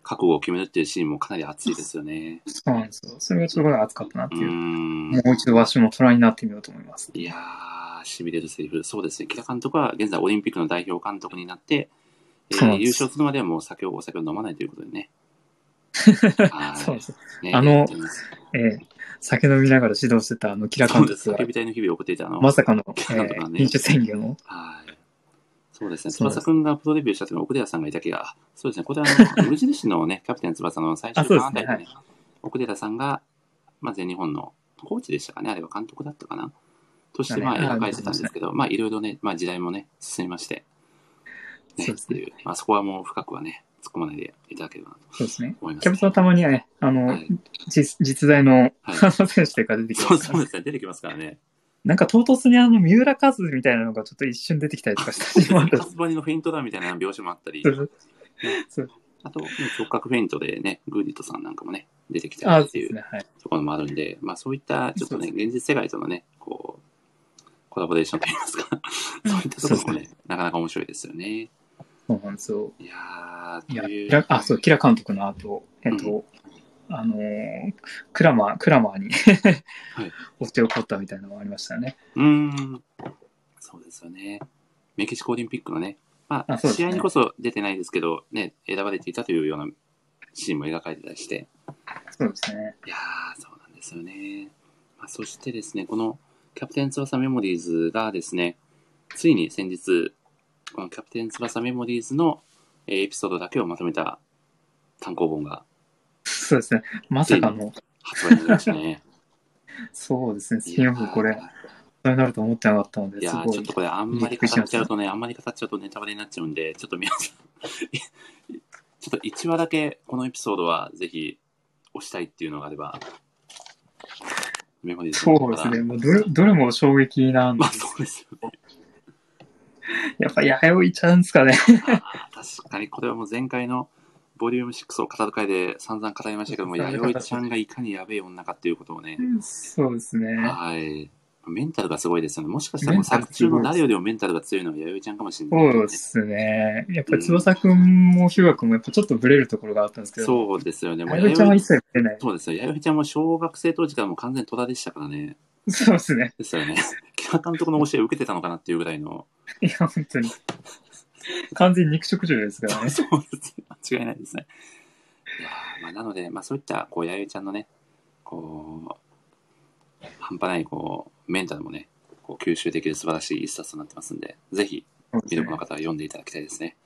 Speaker 1: 覚悟を決めるっていうシーンもかなり熱いですよね。
Speaker 2: そうなんですよ。それがちょっと熱かったなっ
Speaker 1: う
Speaker 2: て
Speaker 1: ー
Speaker 2: いう。
Speaker 1: ん。
Speaker 2: もう一度わしも虎になってみようと思います。
Speaker 1: いやー、しびれるセリフ。そうですね。木田監督は現在オリンピックの代表監督になって、えー
Speaker 2: そうなんです
Speaker 1: 優勝するまではもう酒をお酒を飲まないということで ね。はい
Speaker 2: そうです。
Speaker 1: ね
Speaker 2: あの
Speaker 1: やってます
Speaker 2: ええ酒飲みながら指導してたあの、キラ
Speaker 1: そ
Speaker 2: 監
Speaker 1: うです。
Speaker 2: 督が
Speaker 1: 叫、びたいの日々を送っていたあの。
Speaker 2: まさかの、え
Speaker 1: キラ監督がね
Speaker 2: え飲酒宣言を。
Speaker 1: はい。そうですね。
Speaker 2: そうです
Speaker 1: 翼くんがプロデビューした時の奥寺さんがいた気が、そうですね。これはあ の、無印のね、キャプテン翼の最終
Speaker 2: あ
Speaker 1: 版
Speaker 2: そ
Speaker 1: あ
Speaker 2: う
Speaker 1: た
Speaker 2: ですね
Speaker 1: りでね、奥寺さんが、まあ、全日本のコーチでしたかね、あれは監督だったかな、として、まあ、
Speaker 2: だね
Speaker 1: 描かれてたんですけど、まあ、いろいろね、まあ、時代もね、進みまして、ね、
Speaker 2: そうですね
Speaker 1: っていう、まあ、そこはもう深くはね、突っ込まないでいただければなと
Speaker 2: そうですね。
Speaker 1: 思います、
Speaker 2: キャプツはたまにはね、あの、
Speaker 1: はい
Speaker 2: 実実在の、
Speaker 1: はい
Speaker 2: あの選手というか出てき
Speaker 1: そ
Speaker 2: ま
Speaker 1: う
Speaker 2: すか
Speaker 1: そ
Speaker 2: ら
Speaker 1: うですね、出てきますから ね。
Speaker 2: なんか唐突にあの、三浦和みたいなのがちょっと一瞬出てきたりとかしたりもある
Speaker 1: カスバニのフェイントだみたいな描写もあったり
Speaker 2: そ、うそう
Speaker 1: あと、ね直角フェイントでね、グーリットさんなんかもね、出てきた
Speaker 2: あ、
Speaker 1: り
Speaker 2: そ
Speaker 1: っ
Speaker 2: う
Speaker 1: てい
Speaker 2: で
Speaker 1: う
Speaker 2: すね。はい。
Speaker 1: ところもあるんで、まあそういったちょっとね、
Speaker 2: そ
Speaker 1: 現実世界とのね、こう、コラボレーションといいますか、そういったところも
Speaker 2: そう
Speaker 1: ね、なかなか面白いですよね。
Speaker 2: そうなんですよ。
Speaker 1: いや
Speaker 2: い
Speaker 1: ー、
Speaker 2: や
Speaker 1: とい、
Speaker 2: キ
Speaker 1: う
Speaker 2: ラ、あ、そう、キラ監督の後、えっと、あのークラマー、クラマーに、 お手を取ったみたいなのもありましたね。
Speaker 1: うーん、そうですよね。メキシコオリンピックのね、まあ、
Speaker 2: あそうです
Speaker 1: 試
Speaker 2: ね
Speaker 1: 合にこそ出てないですけど、ね、選ばれていたというようなシーンも描かれてたりして、
Speaker 2: そうですね。
Speaker 1: いやー、そうなんですよね。まあ、そしてですね、このキャプテン翼メモリーズがですね、ついに先日、このキャプテン翼メモリーズのえーエピソードだけをまとめた単行本が
Speaker 2: そうですね。まさかの、
Speaker 1: 発売になりましたね。
Speaker 2: そう ですね、ス
Speaker 1: い
Speaker 2: ピン
Speaker 1: や
Speaker 2: オフ
Speaker 1: ー
Speaker 2: これ、それになると思ってなかったので、
Speaker 1: いや
Speaker 2: す
Speaker 1: ー
Speaker 2: ご
Speaker 1: ちょっ
Speaker 2: い
Speaker 1: と。これあんまり語っちゃうとね、あんまり語っちゃうとネタバレになっちゃうん で、ちょっと皆さん、いちょっと1話だけこのエピソードはぜひ押したいっていうのがあれば、メモリーズ
Speaker 2: そ
Speaker 1: の
Speaker 2: う
Speaker 1: 方
Speaker 2: です
Speaker 1: から
Speaker 2: ね。もうどれ、どれも衝撃なんで
Speaker 1: まあ
Speaker 2: す。
Speaker 1: そうですよね。
Speaker 2: やっぱ、弥生ちゃうんですかね。
Speaker 1: あー確かにこれはもう前回のボリューム6を語る回で散々語りましたけども、
Speaker 2: そうそう
Speaker 1: 弥生ちゃんがいかにやべえ女かっていうことをね、
Speaker 2: そうですね。
Speaker 1: はい。メンタルがすごいですよね。もしかしたらもう作中の誰よりもメンタルが強いのは弥生ちゃんかもしれない、
Speaker 2: そうですね。やっぱり翼くんもヒューガくんもやっぱちょっとブレるところがあったんですけど、
Speaker 1: そうですよね。もう
Speaker 2: あやべちゃんは
Speaker 1: 弥
Speaker 2: 一
Speaker 1: 生
Speaker 2: 切ブレない。
Speaker 1: そうですよ。弥生ちゃんも小学生当時からもう完全に戸田でしたからね。
Speaker 2: そうですね。
Speaker 1: ですよね。木田監督の教えを受けてたのかなっていうぐらいの。
Speaker 2: いや、本当に。完全に肉食獣ですからね。
Speaker 1: そうですね。間違いないですね。いやーまあ、なので、まあ、そういった、こう、弥生ちゃんのね、こう、半端ない、こう、メンタルもね、こう吸収できる素晴らしい一冊となってますんで、ぜひ、
Speaker 2: そう
Speaker 1: 魅力の方は読んでいただきたいですね。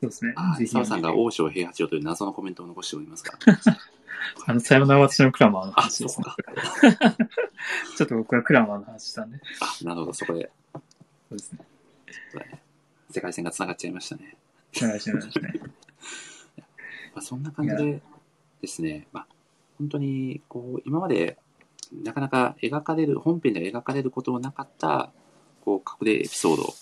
Speaker 2: ですね
Speaker 1: あ。
Speaker 2: ぜ
Speaker 1: ー、
Speaker 2: ひ
Speaker 1: 澤さんが王将平八郎という謎のコメントを残しておりますが、
Speaker 2: あの、さよなら私のクラマーの
Speaker 1: あ、
Speaker 2: 話
Speaker 1: そ
Speaker 2: で
Speaker 1: う
Speaker 2: すね
Speaker 1: か。。
Speaker 2: ちょっと僕がクラマーの話したんで。
Speaker 1: あ、 なるほど、そこで、
Speaker 2: そうですね。
Speaker 1: そうだね世界線が繋がっちゃいましたね。
Speaker 2: お願いしますね。
Speaker 1: まあ、そんな感じでですね、まあ、本当にこう今までなかなか描かれる本編では描かれることのなかったこう隠れエピソード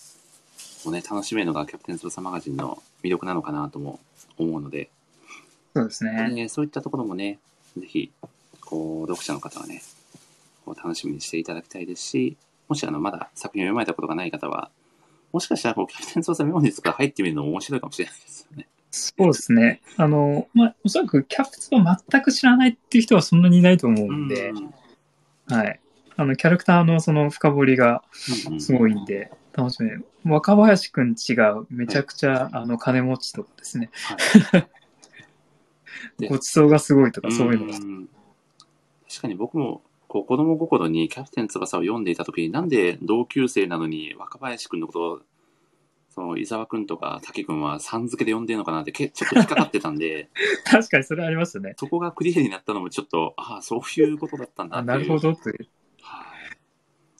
Speaker 1: をね楽しめるのが「キャプテン翼マガジン」の魅力なのかなとも思うので、
Speaker 2: そうですね。
Speaker 1: ね、そういったところもねぜひこう読者の方はねこう楽しみにしていただきたいですしもしあのまだ作品を読まれたことがない方はもしかしたらこうキャプテン翼メモリーズから入ってみるのも面白いかもしれないですよね。
Speaker 2: そうですね。あの、まあ、おそらくキャプツは全く知らないっていう人はそんなにいないと思うんで、
Speaker 1: うんうん
Speaker 2: はい。あの、キャラクターのその深掘りが
Speaker 1: うん
Speaker 2: すごいんで、楽しみ。若林くんちがめちゃくちゃ、あの、金持ちとかですね。
Speaker 1: はい
Speaker 2: ごちそうがすごいとか、そういうのが。
Speaker 1: ん確かに僕もこう子供心に「キャプテン翼」を読んでいた時になんで同級生なのに若林くんのことをその伊沢くんとか滝くんはさん付けで呼んでるのかなってけちょっと引っかかってたん で
Speaker 2: 確かにそれありましたね。
Speaker 1: そこがクリアになったのもちょっとああそういうことだったんだ
Speaker 2: あ
Speaker 1: っていう
Speaker 2: なるほどという。
Speaker 1: はい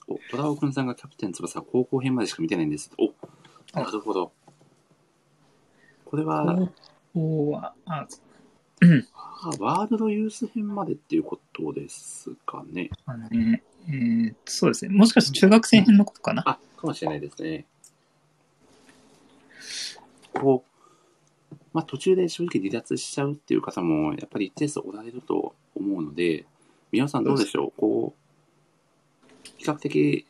Speaker 1: お虎尾くんさんが「キャプテン翼」は高校編までしか見てないんですお
Speaker 2: あ
Speaker 1: なるほどこれは
Speaker 2: 高校は、あ、
Speaker 1: あワールドユース編までっていうことですかね
Speaker 2: あのね、えーっとそうですね。もしかして中学生編のことかな。
Speaker 1: あ、かもしれないですね。こう、まあ途中で正直離脱しちゃうっていう方も、やっぱり一定数おられると思うので、皆さんどうでしょうこう、比較的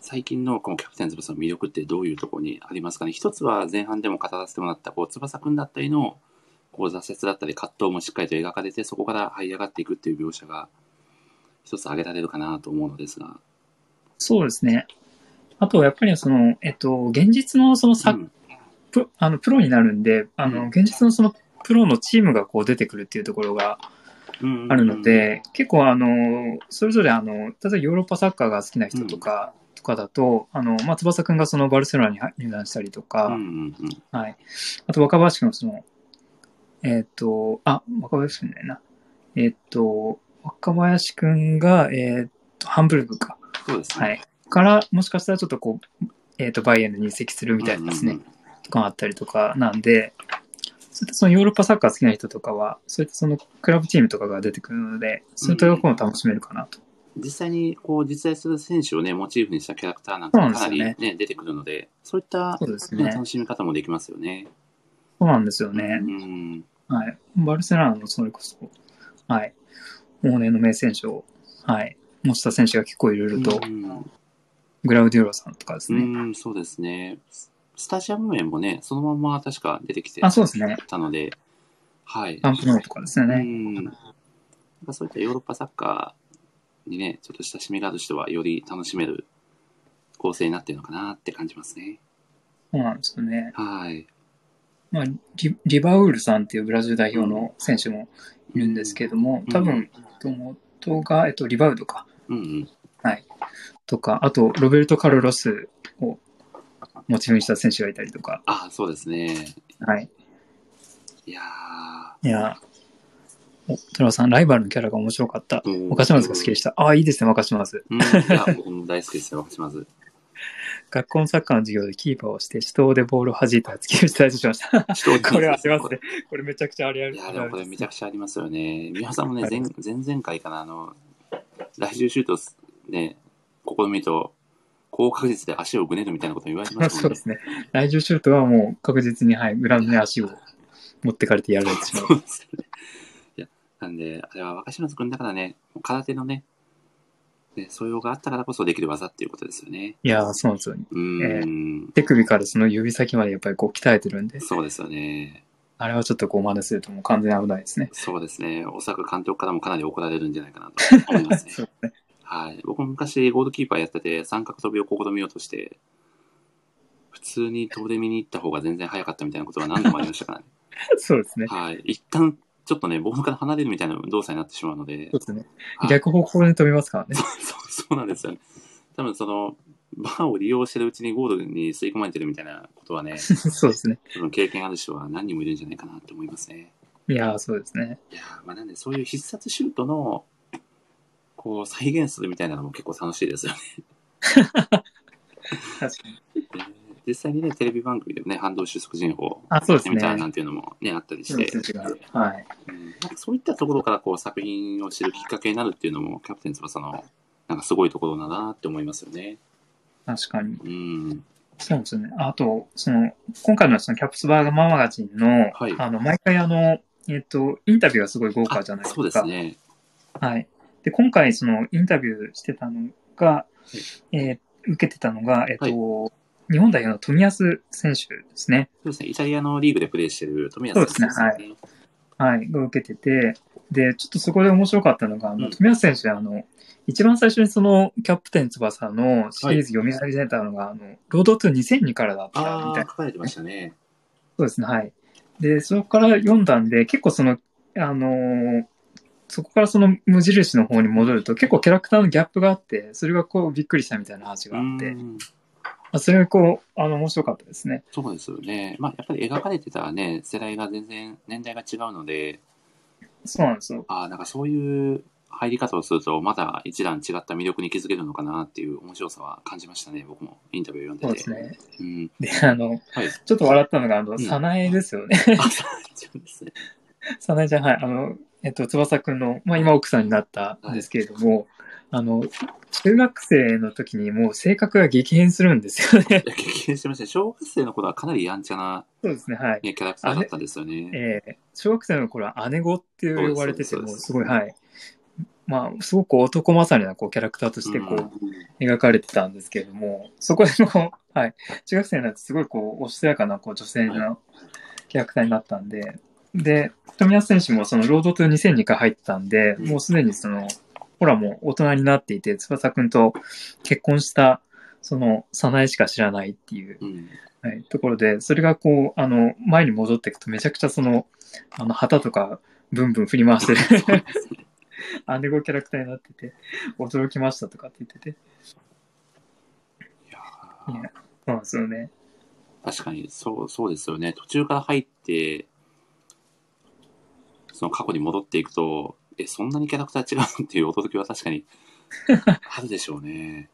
Speaker 1: 最近のこのキャプテン翼の魅力ってどういうところにありますかね一つは前半でも語らせてもらった、こう、翼くんだったりの、こう、挫折だったり葛藤もしっかりと描かれて、そこから這い上がっていくっていう描写が、一つ挙げられるかなと思うのですが。
Speaker 2: そうですね。あと、やっぱりその、えっと、現実のその作、
Speaker 1: うん
Speaker 2: プロあのプロになるんで、あ
Speaker 1: うん
Speaker 2: の、現実のそのプロのチームがこう出てくるっていうところが
Speaker 1: うんうん
Speaker 2: あるので、結構あの、それぞれあの、例えばヨーロッパサッカーが好きな人とか、とかだと、あの、まあ、翼くんがそのバルセロナに入団したりとか、
Speaker 1: うんうんうん
Speaker 2: はい。あと、若林くんのその、えっ、と、あ、若林くんだよな。えっ、と、若林くんが、えっ、と、ハンブルクか。
Speaker 1: そうですね。
Speaker 2: はい。から、もしかしたらちょっとこう、えっ、と、バイエルンに移籍するみたいなですね、
Speaker 1: うんうん
Speaker 2: とかあったりとかなんで、そういったそのヨーロッパサッカー好きな人とかは、そういったそのクラブチームとかが出てくるので、そういったところも楽しめるかなと。
Speaker 1: うん実際にこう実在する選手をね、モチーフにしたキャラクターなんかもかなり
Speaker 2: そう
Speaker 1: ね
Speaker 2: なん、
Speaker 1: 出てくるので、そういった、
Speaker 2: そうです
Speaker 1: ね
Speaker 2: ね。
Speaker 1: 楽しみ方もできますよね。
Speaker 2: そうなんですよね
Speaker 1: う。ん。
Speaker 2: はい。バルセロナのそれこそ、はい。往年の名選手を、はい。持田選手が結構いろいろと、
Speaker 1: うん
Speaker 2: グラウディオラさんとかですね。
Speaker 1: うん、そうですね。ススタジアム面もね、そのまま確か出てきて
Speaker 2: あ、そうですね。
Speaker 1: たので、はい。
Speaker 2: アンプノーとかですよ
Speaker 1: う
Speaker 2: ね。
Speaker 1: ん。なんかそういったヨーロッパサッカーにね、ちょっと親しみがある人は、より楽しめる構成になってるのかなって感じますね。
Speaker 2: そうなんですよね。
Speaker 1: はい。
Speaker 2: まあ、リリバウールさんっていうブラジル代表の選手もいるんですけれども、多分、元が、えっと、リバウドか、
Speaker 1: うんうん。
Speaker 2: とか、あと、ロベルト・カルロスをモチーフにした選手がいたりとか、
Speaker 1: あ、そうですね。
Speaker 2: はい。
Speaker 1: いやー。
Speaker 2: いや、お、トラさん、ライバルのキャラが面白かった。
Speaker 1: うん
Speaker 2: 若島津が好きでした。ああ、いいですね、若島津。
Speaker 1: うん、いや、僕も大好きですよ、島津。
Speaker 2: 学校のサッカーの授業でキーパーをして、手刀でボールを弾いた突き打ち退治し ました。 これはすいません。これめちゃくちゃありあ
Speaker 1: い
Speaker 2: る。
Speaker 1: や、でもこれめちゃ
Speaker 2: くち
Speaker 1: くちゃありますよね。美輪さんもね
Speaker 2: は、い
Speaker 1: 前前々回かな、あの、来週シュートすね、試みると、高確率で足をぐねるみたいなこと言われてま
Speaker 2: ゃ。
Speaker 1: し
Speaker 2: そ
Speaker 1: た
Speaker 2: う
Speaker 1: もん
Speaker 2: で
Speaker 1: ね。
Speaker 2: すね。来場シュートはもう確実に、はい、裏の足を持ってかれてやられてしまう
Speaker 1: そ。うですね。いや、なんで、あれは若島津くんだからね、空手のね、ね、素養があったからこそできる技っていうことですよね。
Speaker 2: いやー、そうなんですよ。
Speaker 1: うーん、
Speaker 2: 手首からその指先までやっぱりこう鍛えてるんで、
Speaker 1: そうですよね。
Speaker 2: あれはちょっとこう真似するともう完全に危ないですね。
Speaker 1: そうですね。おそらく監督からもかなり怒られるんじゃないかなと思いますね。
Speaker 2: そうですね。
Speaker 1: はい。僕も昔ゴールキーパーやってて、三角飛びを試みようとして、普通に遠出見に行った方が全然早かったみたいなことが何度もありました からね。
Speaker 2: そうですね。
Speaker 1: はい。一旦、ちょっとね、ボールから離れるみたいな動作になってしまうので
Speaker 2: そ、うですね
Speaker 1: は。い
Speaker 2: 逆方向で飛びますからね。
Speaker 1: そうそうなんですよね。多分その、バーを利用してるうちにゴールに吸い込まれてるみたいなことは ね、
Speaker 2: そうですね。
Speaker 1: 多分経験ある人は何人もいるんじゃないかなと思いますね。
Speaker 2: いやー、そうですね。
Speaker 1: いやーまあなんでそういう必殺シュートの、こう、再現するみたいなのも結構楽しいですよね。
Speaker 2: 確かに。
Speaker 1: 実際にね、テレビ番組でもね、反動収束人法
Speaker 2: あ、そうです
Speaker 1: みたいな
Speaker 2: ね
Speaker 1: な。んていうのもね、あったりし
Speaker 2: そうい
Speaker 1: て
Speaker 2: う、筋があるはい。
Speaker 1: うんなんかそういったところからこう作品を知るきっかけになるっていうのも、キャプテン翼の、なんかすごいところだなって思いますよね。
Speaker 2: 確かに。
Speaker 1: うん。
Speaker 2: そうですね。あと、その、今回のそのキャプツバーガーマガジンの、
Speaker 1: はい
Speaker 2: あの、毎回あの、えっ、と、インタビューがすごい豪華
Speaker 1: あ
Speaker 2: じゃないですか。
Speaker 1: そうですね。
Speaker 2: はい。で、今回、その、インタビューしてたのが、
Speaker 1: い
Speaker 2: えー受けてたのが、えっ、と、日本代表の富安選手ですね。
Speaker 1: そうですね。イタリアのリーグでプレーしてる富安選手
Speaker 2: そうですはい、が受けてて、で、ちょっとそこで面白かったのが、
Speaker 1: ん
Speaker 2: もう富安選手、あの、一番最初にその、キャプテン翼のシリーズ読み始めたのが、あの、ロードトゥ2002からだったみ
Speaker 1: ああ、
Speaker 2: たい
Speaker 1: 書
Speaker 2: な。
Speaker 1: かれてましたね。
Speaker 2: そうですね、はい。で、そこから読んだんで、結構その、あのーそこからその無印の方に戻ると、結構キャラクターのギャップがあって、それがこうびっくりしたみたいな話が
Speaker 1: う
Speaker 2: あって、ま
Speaker 1: ん。
Speaker 2: あ、それがこう、あの、面白かったですね。
Speaker 1: そうですよね。まあ、やっぱり描かれてたね、世代が全然、年代が違うので、
Speaker 2: そうなんですよ。
Speaker 1: ああ、なんかそういう入り方をすると、まだ一段違った魅力に気づけるのかなっていう面白さは感じましたね、僕もインタビューを
Speaker 2: そう
Speaker 1: 読ん
Speaker 2: で
Speaker 1: でて。
Speaker 2: すね。
Speaker 1: うん。
Speaker 2: で、あの、
Speaker 1: はい。
Speaker 2: ちょっと笑ったのが、あの、
Speaker 1: ん
Speaker 2: サナエですよね。
Speaker 1: あ、そうですね。
Speaker 2: 早苗ちゃん、はい、あの、えっと、翼くんの、まあ、今奥さんになったんですけれども、あの、中学生の時にもう性格が激変するんです よね。
Speaker 1: いや激変してましたね。小学生の頃はかなりやんちゃな、
Speaker 2: そうですね、はい。
Speaker 1: ね、キャラクターだったんですよね。
Speaker 2: えー小学生の頃は姉子って呼ばれてて、
Speaker 1: そう
Speaker 2: も
Speaker 1: で
Speaker 2: う
Speaker 1: す
Speaker 2: す
Speaker 1: そう
Speaker 2: ご
Speaker 1: で
Speaker 2: い、
Speaker 1: す
Speaker 2: はい。まあ、すごく男勝りなこうキャラクターとしてこう、描かれてたんですけれども、そこでも う、はい、中学生になってすごいこう、おしとやかなこう女性のキャラクターになったんで、で、富安選手もそのロードトゥ2002回入ってたんで、
Speaker 1: うん
Speaker 2: もうすでにその、ほらもう大人になっていて、翼くんと結婚した、その、早苗しか知らないっていう、
Speaker 1: うん。うん。
Speaker 2: はい、ところで、それがこう、あの、前に戻っていくとめちゃくちゃその、あの、旗とか、ブンブン振り回してる、アンデゴキャラクターになってて、驚きましたとかって言ってて、
Speaker 1: いや
Speaker 2: い
Speaker 1: ー
Speaker 2: やそうなんですよね。
Speaker 1: 確かに、そう、そうですよね。途中から入って、その過去に戻っていくと、え、そんなにキャラクター違うのっていう驚きは確か にあるでしょうね。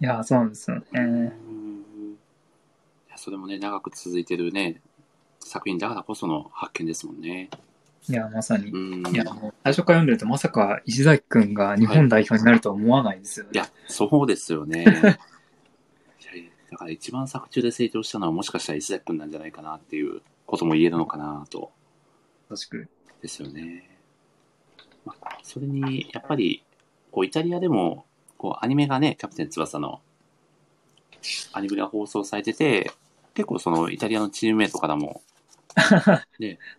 Speaker 2: いや、そうなんですよね。
Speaker 1: うんいやそれもね、長く続いてるね、作品だからこその発見ですもんね。
Speaker 2: いや、まさに。
Speaker 1: うん。
Speaker 2: いや、もう最初から読んでると、まさか石崎くんが日本代表になるとは思わないですよ
Speaker 1: い
Speaker 2: ね。
Speaker 1: や、そうですよ ね。いやいやだから一番作中で成長したのはもしかしたら石崎くんなんじゃないかなっていうことも言えるのかなと。
Speaker 2: 確しく。
Speaker 1: ですよね。まあ、それに、やっぱり、こう、イタリアでも、こう、アニメがね、キャプテン翼の、アニメが放送されてて、結構その、イタリアのチームメイトからも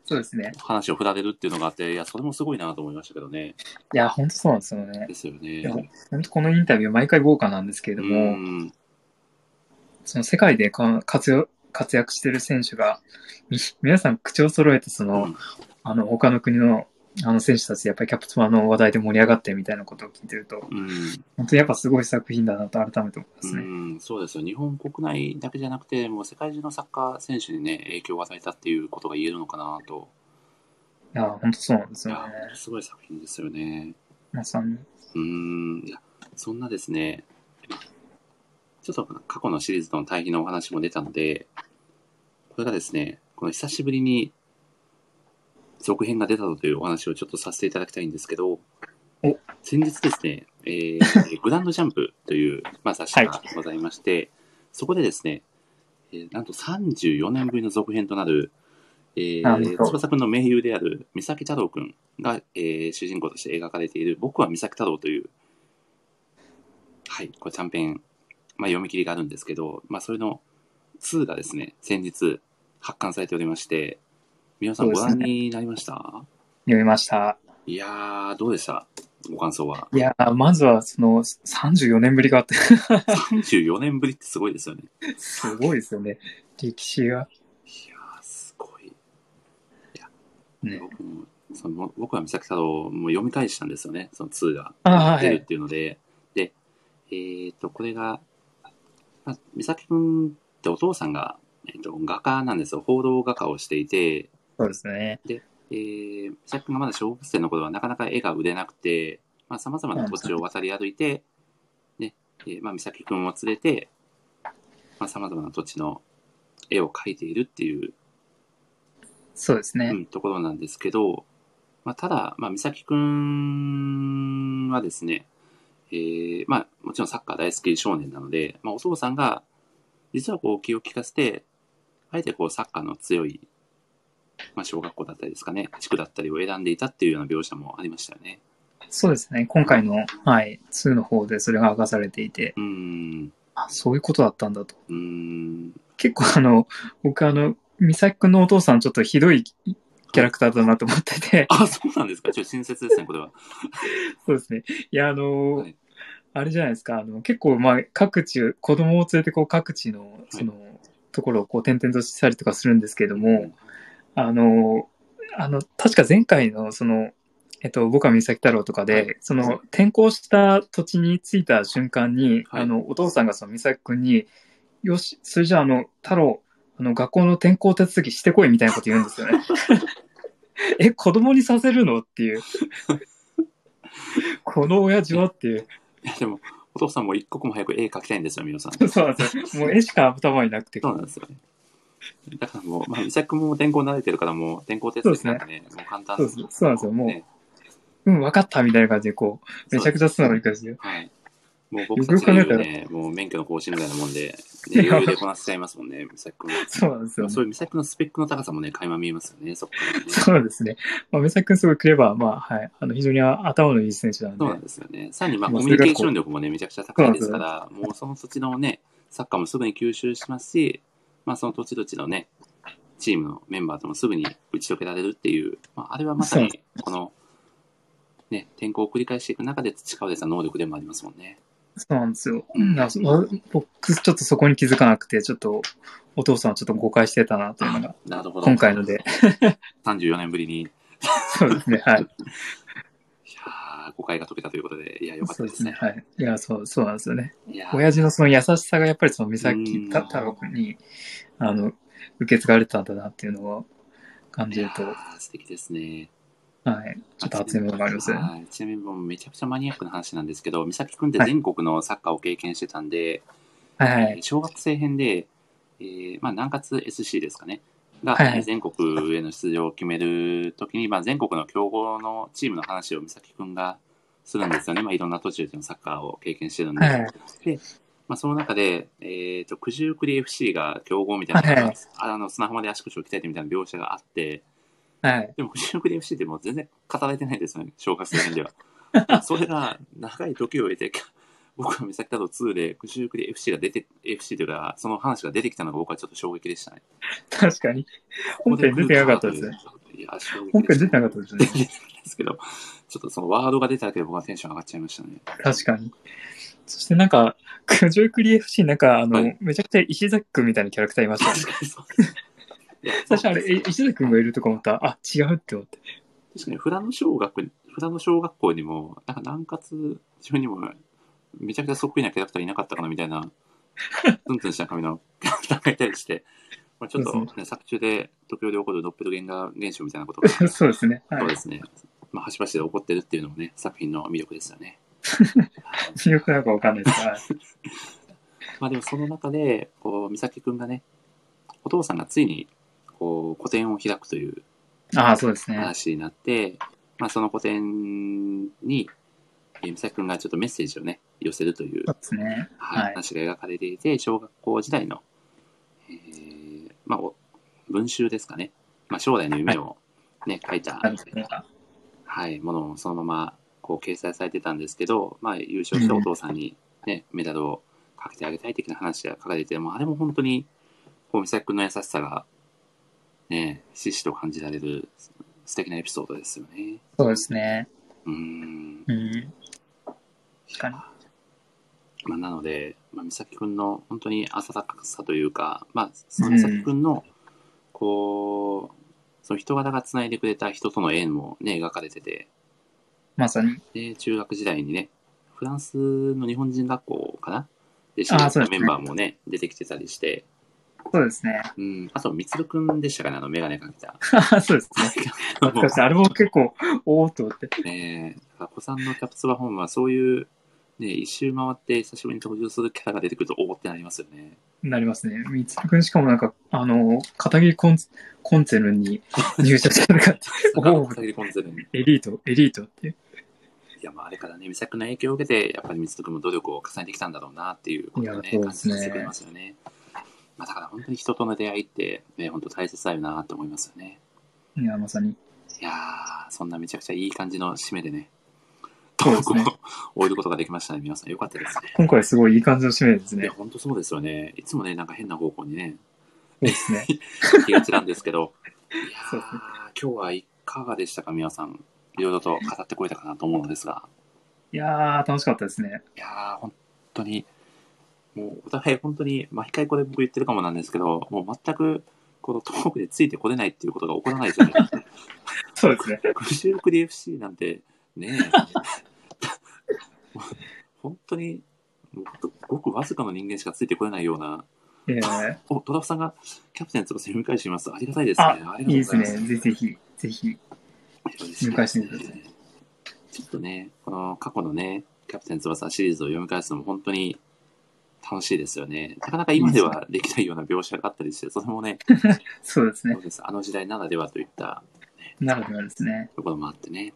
Speaker 2: そうですね。
Speaker 1: 話を振られるっていうのがあって、いや、それもすごいなと思いましたけどね。
Speaker 2: いや、本当そうなんですよね
Speaker 1: で。すよ
Speaker 2: いや
Speaker 1: ね。
Speaker 2: 本当このインタビュー毎回豪華なんですけ
Speaker 1: う
Speaker 2: れども、
Speaker 1: ん。
Speaker 2: その世界でか活躍活躍してる選手が、み皆さん口を揃えて、その、
Speaker 1: うん
Speaker 2: あの、他の国の、あの選手たち、やっぱりキャプツバの話題で盛り上がってみたいなことを聞いてると、
Speaker 1: うん。
Speaker 2: 本当にやっぱすごい作品だなと改めて思いますね。
Speaker 1: うん、そうですよ。日本国内だけじゃなくて、もう世界中のサッカー選手にね、影響を与えたっていうことが言えるのかなと。
Speaker 2: いや、本当そうなんです
Speaker 1: い
Speaker 2: よ
Speaker 1: や
Speaker 2: ね。、
Speaker 1: すごい作品ですよね。
Speaker 2: まさに。
Speaker 1: うん、いや、そんなですね、ちょっと過去のシリーズとの対比のお話も出たので、これがですね、この久しぶりに続編が出たというお話をちょっとさせていただきたいんですけど、
Speaker 2: お
Speaker 1: 先日ですね、えーグランドジャンプという、まあ、雑誌がございまして、そこでですね、えーなんと34年ぶりの続編となる、え
Speaker 2: なん
Speaker 1: ー、
Speaker 2: と
Speaker 1: 翼くんの盟友である三崎太郎くんが、えー主人公として描かれている僕は三崎太郎という、はい、これ短編、まあ、読み切りがあるんですけど、まあ、それの2がですね、先日発刊されておりまして、皆さんご
Speaker 2: そうです
Speaker 1: 覧
Speaker 2: ね
Speaker 1: になりました
Speaker 2: 読みました。
Speaker 1: いやー、どうでしたご感想は。
Speaker 2: いやー、まずはその34年ぶりがあって、
Speaker 1: 34年ぶりってすごいですよね。
Speaker 2: すごいですよね。歴史が。
Speaker 1: いやー、すごい。
Speaker 2: ね。
Speaker 1: 僕もその僕は三崎太郎も読み返したんですよね、その2が
Speaker 2: あーはい
Speaker 1: 出るっていうので、で、えーっと、これが、まあ、三崎くんってお父さんが、えーっと画家なんですよ、報道画家をしていて、
Speaker 2: そうですね。
Speaker 1: えー、美咲君がまだ小学生の頃はなかなか絵が売れなくて、まあ、様々な土地を渡り歩いて、ね、えーまあ、美咲君を連れて、まあ、様々な土地の絵を描いているっていう、
Speaker 2: そうですね。
Speaker 1: うん、ところなんですけど、まあ、ただ、まあ、美咲君はですね、えー、まあ、もちろんサッカー大好き少年なので、まあ、お父さんが、実はこう気を利かせて、あえてこうサッカーの強い、まあ、小学校だったりですかね、地区だったりを選んでいたっていうような描写もありましたよね。
Speaker 2: そうですね。今回の、はい、2の方でそれが明かされていて、
Speaker 1: うーん、
Speaker 2: あ、そういうことだったんだと。
Speaker 1: うーん、
Speaker 2: 結構あの、僕あの、美咲くんのお父さんちょっとひどいキャラクターだなと思ってて、
Speaker 1: あ、そうなんですか。ちょっと親切ですね、これは。
Speaker 2: そうですね。いや、あの、
Speaker 1: はい
Speaker 2: あれじゃないですか、あの、結構まあ各地、子供を連れてこう各地の、その、ところをこう転々としたりとかするんですけども、あの、あの、確か前回の、その、えっと、僕は三崎太郎とかで、
Speaker 1: はい
Speaker 2: その、転校した土地に着いた瞬間に、
Speaker 1: はい
Speaker 2: あの、お父さんがその三崎くんに、よし、それじゃあ、あの、太郎、あの、学校の転校手続きしてこいみたいなこと言うんですよね。 え、子供にさせるのっていう。 この親父はっていう。
Speaker 1: いや、でも、お父さんも一刻も早く絵描きたいんですよ、皆さん。
Speaker 2: そうなんですよ。もう絵しか頭になくて。
Speaker 1: そうなんですよね。だからもう、まあ、美咲君も天候慣れてるから、もう天候手続きなんかね、もう簡単
Speaker 2: そうですそうなんですよもう
Speaker 1: ね
Speaker 2: うん、分かったみたいな感じで、こう、めちゃくちゃ素直に感じで。
Speaker 1: はい。もう僕たちが言
Speaker 2: よく考
Speaker 1: う
Speaker 2: えたら
Speaker 1: ね、もう免許の更新みたいなもんで、ね、余裕でこなしちゃいますもんね、美咲君は。
Speaker 2: そうなんですよ、ね。
Speaker 1: そういう美咲君のスペックの高さもね、垣間見えますよね、そこからね。
Speaker 2: そうですね。まあ、めさくんすごいクレバー、まあ、はい。あの、非常に頭のいい選手なんで
Speaker 1: そうな。んですよね。さらに、まあ、
Speaker 2: まあ
Speaker 1: コミュニケーション力もね、めちゃくちゃ高いですから、
Speaker 2: よ
Speaker 1: もうその土地のね、サッカーもすぐに吸収しますし、まあ、その土地土地のね、チームのメンバーともすぐに打ち解けられるっていう、まあ、あれはまさ
Speaker 2: そ
Speaker 1: に、この、ね、転校を繰り返していく中で培われた能力でもありますもんね。
Speaker 2: そうなんですよ。
Speaker 1: うん
Speaker 2: なそわ僕、ちょっとそこに気づかなくて、ちょっと、お父さんはちょっと誤解してたなというのが、
Speaker 1: なるほど。
Speaker 2: 今回 ので。。
Speaker 1: 34年ぶりに、い
Speaker 2: そうですね。はい。
Speaker 1: やー誤解が解けたということで、いや、よかった
Speaker 2: そう
Speaker 1: で
Speaker 2: で
Speaker 1: す
Speaker 2: すね。
Speaker 1: ね。
Speaker 2: はい。いや、そう、そうなんですよね。
Speaker 1: いやー
Speaker 2: 親父のその優しさが、やっぱりその、
Speaker 1: う
Speaker 2: 美
Speaker 1: ん
Speaker 2: 咲た太郎君に、あの、受け継がれてたんだなっていうのを感
Speaker 1: い
Speaker 2: じ
Speaker 1: や
Speaker 2: ると、は
Speaker 1: ー素敵ですね。
Speaker 2: い。ちょっと熱いものがありますよね。
Speaker 1: はいちなみにもうめちゃくちゃマニアックな話なんですけど、美咲くんって全国のサッカーを経験してたんで、
Speaker 2: は
Speaker 1: え
Speaker 2: い
Speaker 1: ー。小学生編で、えーまあ、南葛 SC ですかね、が、
Speaker 2: はいはい
Speaker 1: えー全国への出場を決めるときに、まあ、全国の強豪のチームの話を美咲くんがするんですよね、まあ、いろんな途中でのサッカーを経験してるんで。
Speaker 2: はい
Speaker 1: でまあ、その中で、えー、と九十九里 FC が強豪みたいな、
Speaker 2: はいはい
Speaker 1: あの砂浜で足腰を鍛えてみたいな描写があって、
Speaker 2: はい。
Speaker 1: でも、九十九 FC でも全然語られてないですよね、小学生編では。それが、長い時を経て、僕は三崎太郎2で、九十九 FC が出て、FC というか、その話が出てきたのが僕はちょっと衝撃でしたね。
Speaker 2: 確かに。本編出てなかったですね。
Speaker 1: いや、衝撃
Speaker 2: 本編出てな
Speaker 1: か
Speaker 2: かったですね。
Speaker 1: ですけど、ちょっとそのワードが出ただけで僕はテンション上がっちゃいま したね。
Speaker 2: 確かに。そしてなんか、 九十九里 FC なんか、あの、
Speaker 1: はい
Speaker 2: めちゃくちゃ石崎くんみたいなキャラクターいま した、ね。
Speaker 1: 確かにそうですね。いや
Speaker 2: 最初あれ、え石崎くんがいるとか思ったら、あ、違うって思って。
Speaker 1: 確かに、富良野小学、富良野小学校にも、なんか南葛中にも、めちゃくちゃそっくりなキャラクターいなかったかなみたいな、ツンツンした髪のキャラクターがいたりして、まあ、ちょっと、
Speaker 2: そう
Speaker 1: ね、作中で時折起こるドッペルゲンガー現象みたいなことが、そ
Speaker 2: そうですね。は
Speaker 1: う
Speaker 2: い
Speaker 1: で。すね、まあ、端々で起こってるっていうのもね、作品の魅力ですよね。
Speaker 2: よくなんかわかんないです が。はい
Speaker 1: まあでもその中で、こう、美咲くんがね、お父さんがついに、こう、個展を開くという
Speaker 2: ああ、そうですね。
Speaker 1: 話になって、まあ、その個展に、えー美咲くんがちょっとメッセージをね、寄せるという
Speaker 2: そう、ですね。
Speaker 1: はい
Speaker 2: はい
Speaker 1: 話が描かれていて、小学校時代の、えーまあ、お文集ですかね。まあ、将来の夢をね、書いた、
Speaker 2: あの
Speaker 1: はい、ものをそのまま、こう、掲載されてたんですけど、まあ、優勝したお父さんにね、メダルをかけてあげたい的な話が書かれて、もうあれも本当に、こう、美咲くんの優しさが、ね、ひしひしと感じられる、素敵なエピソードですよね。
Speaker 2: そうですね。
Speaker 1: うーん。
Speaker 2: うん。確かに。
Speaker 1: まあ、なので、まあ、美咲くんの本当に温かさというか、まあ、その美咲くんの、こう、その人柄がつないでくれた人との縁もね、描かれてて、
Speaker 2: まさに。
Speaker 1: で、中学時代にね、フランスの日本人学校かなで、知
Speaker 2: あ
Speaker 1: り合
Speaker 2: ー
Speaker 1: っ
Speaker 2: そう
Speaker 1: た
Speaker 2: で
Speaker 1: メ
Speaker 2: すね
Speaker 1: ンバーもね、出てきてたりして、
Speaker 2: そうですね。
Speaker 1: うん、あと、みつるくんでしたかね、あの、メガネかけた。
Speaker 2: そうですね。
Speaker 1: も
Speaker 2: 懐かしい。あれも結構、おおっと思って。
Speaker 1: う ね、だから子さんのキャプツバホームは、そういう、ね、一周回って久しぶりに登場するキャラが出てくると、おおってなりますよね。
Speaker 2: なりますね。三つくんしかもなんか、あの、片桐コンコンツェルンに入社してるから、おー
Speaker 1: 片桐コンツェルン
Speaker 2: エリート、エリートっていう。
Speaker 1: いや、まあ、あれからね、美咲の影響を受けて、やっぱり水戸君も努力を重ねてきたんだろうなっていうことをね、
Speaker 2: いやそう
Speaker 1: 感
Speaker 2: です
Speaker 1: じ
Speaker 2: ね
Speaker 1: させてくれますよね。まあ、だから本当に人との出会いって、ね、本当大切だよなと思いますよね。
Speaker 2: いや、まさに。
Speaker 1: いやー、そんなめちゃくちゃいい感じの締めでね、
Speaker 2: そうですね
Speaker 1: トークを終えることができましたね、皆さん。よかったですね。
Speaker 2: 今回すごいいい感じの締めです
Speaker 1: い
Speaker 2: ね。
Speaker 1: や、
Speaker 2: そ
Speaker 1: 本当そうですよね。いつもね、なんか変な方向に ね、
Speaker 2: うですね。
Speaker 1: 行きがちなんですけど、いや
Speaker 2: そう
Speaker 1: ー
Speaker 2: ですね、
Speaker 1: 今日はいかがでしたか、皆さん。いろいろと語ってこえたかなと思うのですが。
Speaker 2: いやー、楽しかったですね。
Speaker 1: いやー、本当に、もうお互い本当に、毎回これ僕言ってるかもなんですけど、もう全く、このトークでついてこれないっていうことが起こらないですよね。
Speaker 2: そうですね。
Speaker 1: 56で FC なんて、ねえ。 本当に、もうごくわずかの人間しかついてこれないような、
Speaker 2: え ー、
Speaker 1: お、トラフさんがキャプテン翼読み返しています。ありがたいですね。ありがと
Speaker 2: いいうで
Speaker 1: ご
Speaker 2: す
Speaker 1: ざいま
Speaker 2: ね。
Speaker 1: す。
Speaker 2: ぜひぜひ、ぜひ。
Speaker 1: 読
Speaker 2: み返してみてくださ
Speaker 1: ちょっとね、この過去のね、キャプテン翼シリーズを読み返すのも本当に楽しいですよね。なかなか今ではできないような描写があったりして、それもね、
Speaker 2: そうです
Speaker 1: そ
Speaker 2: ね
Speaker 1: う。ですあの時代ならではといった
Speaker 2: ならではですね。
Speaker 1: ところもあってね。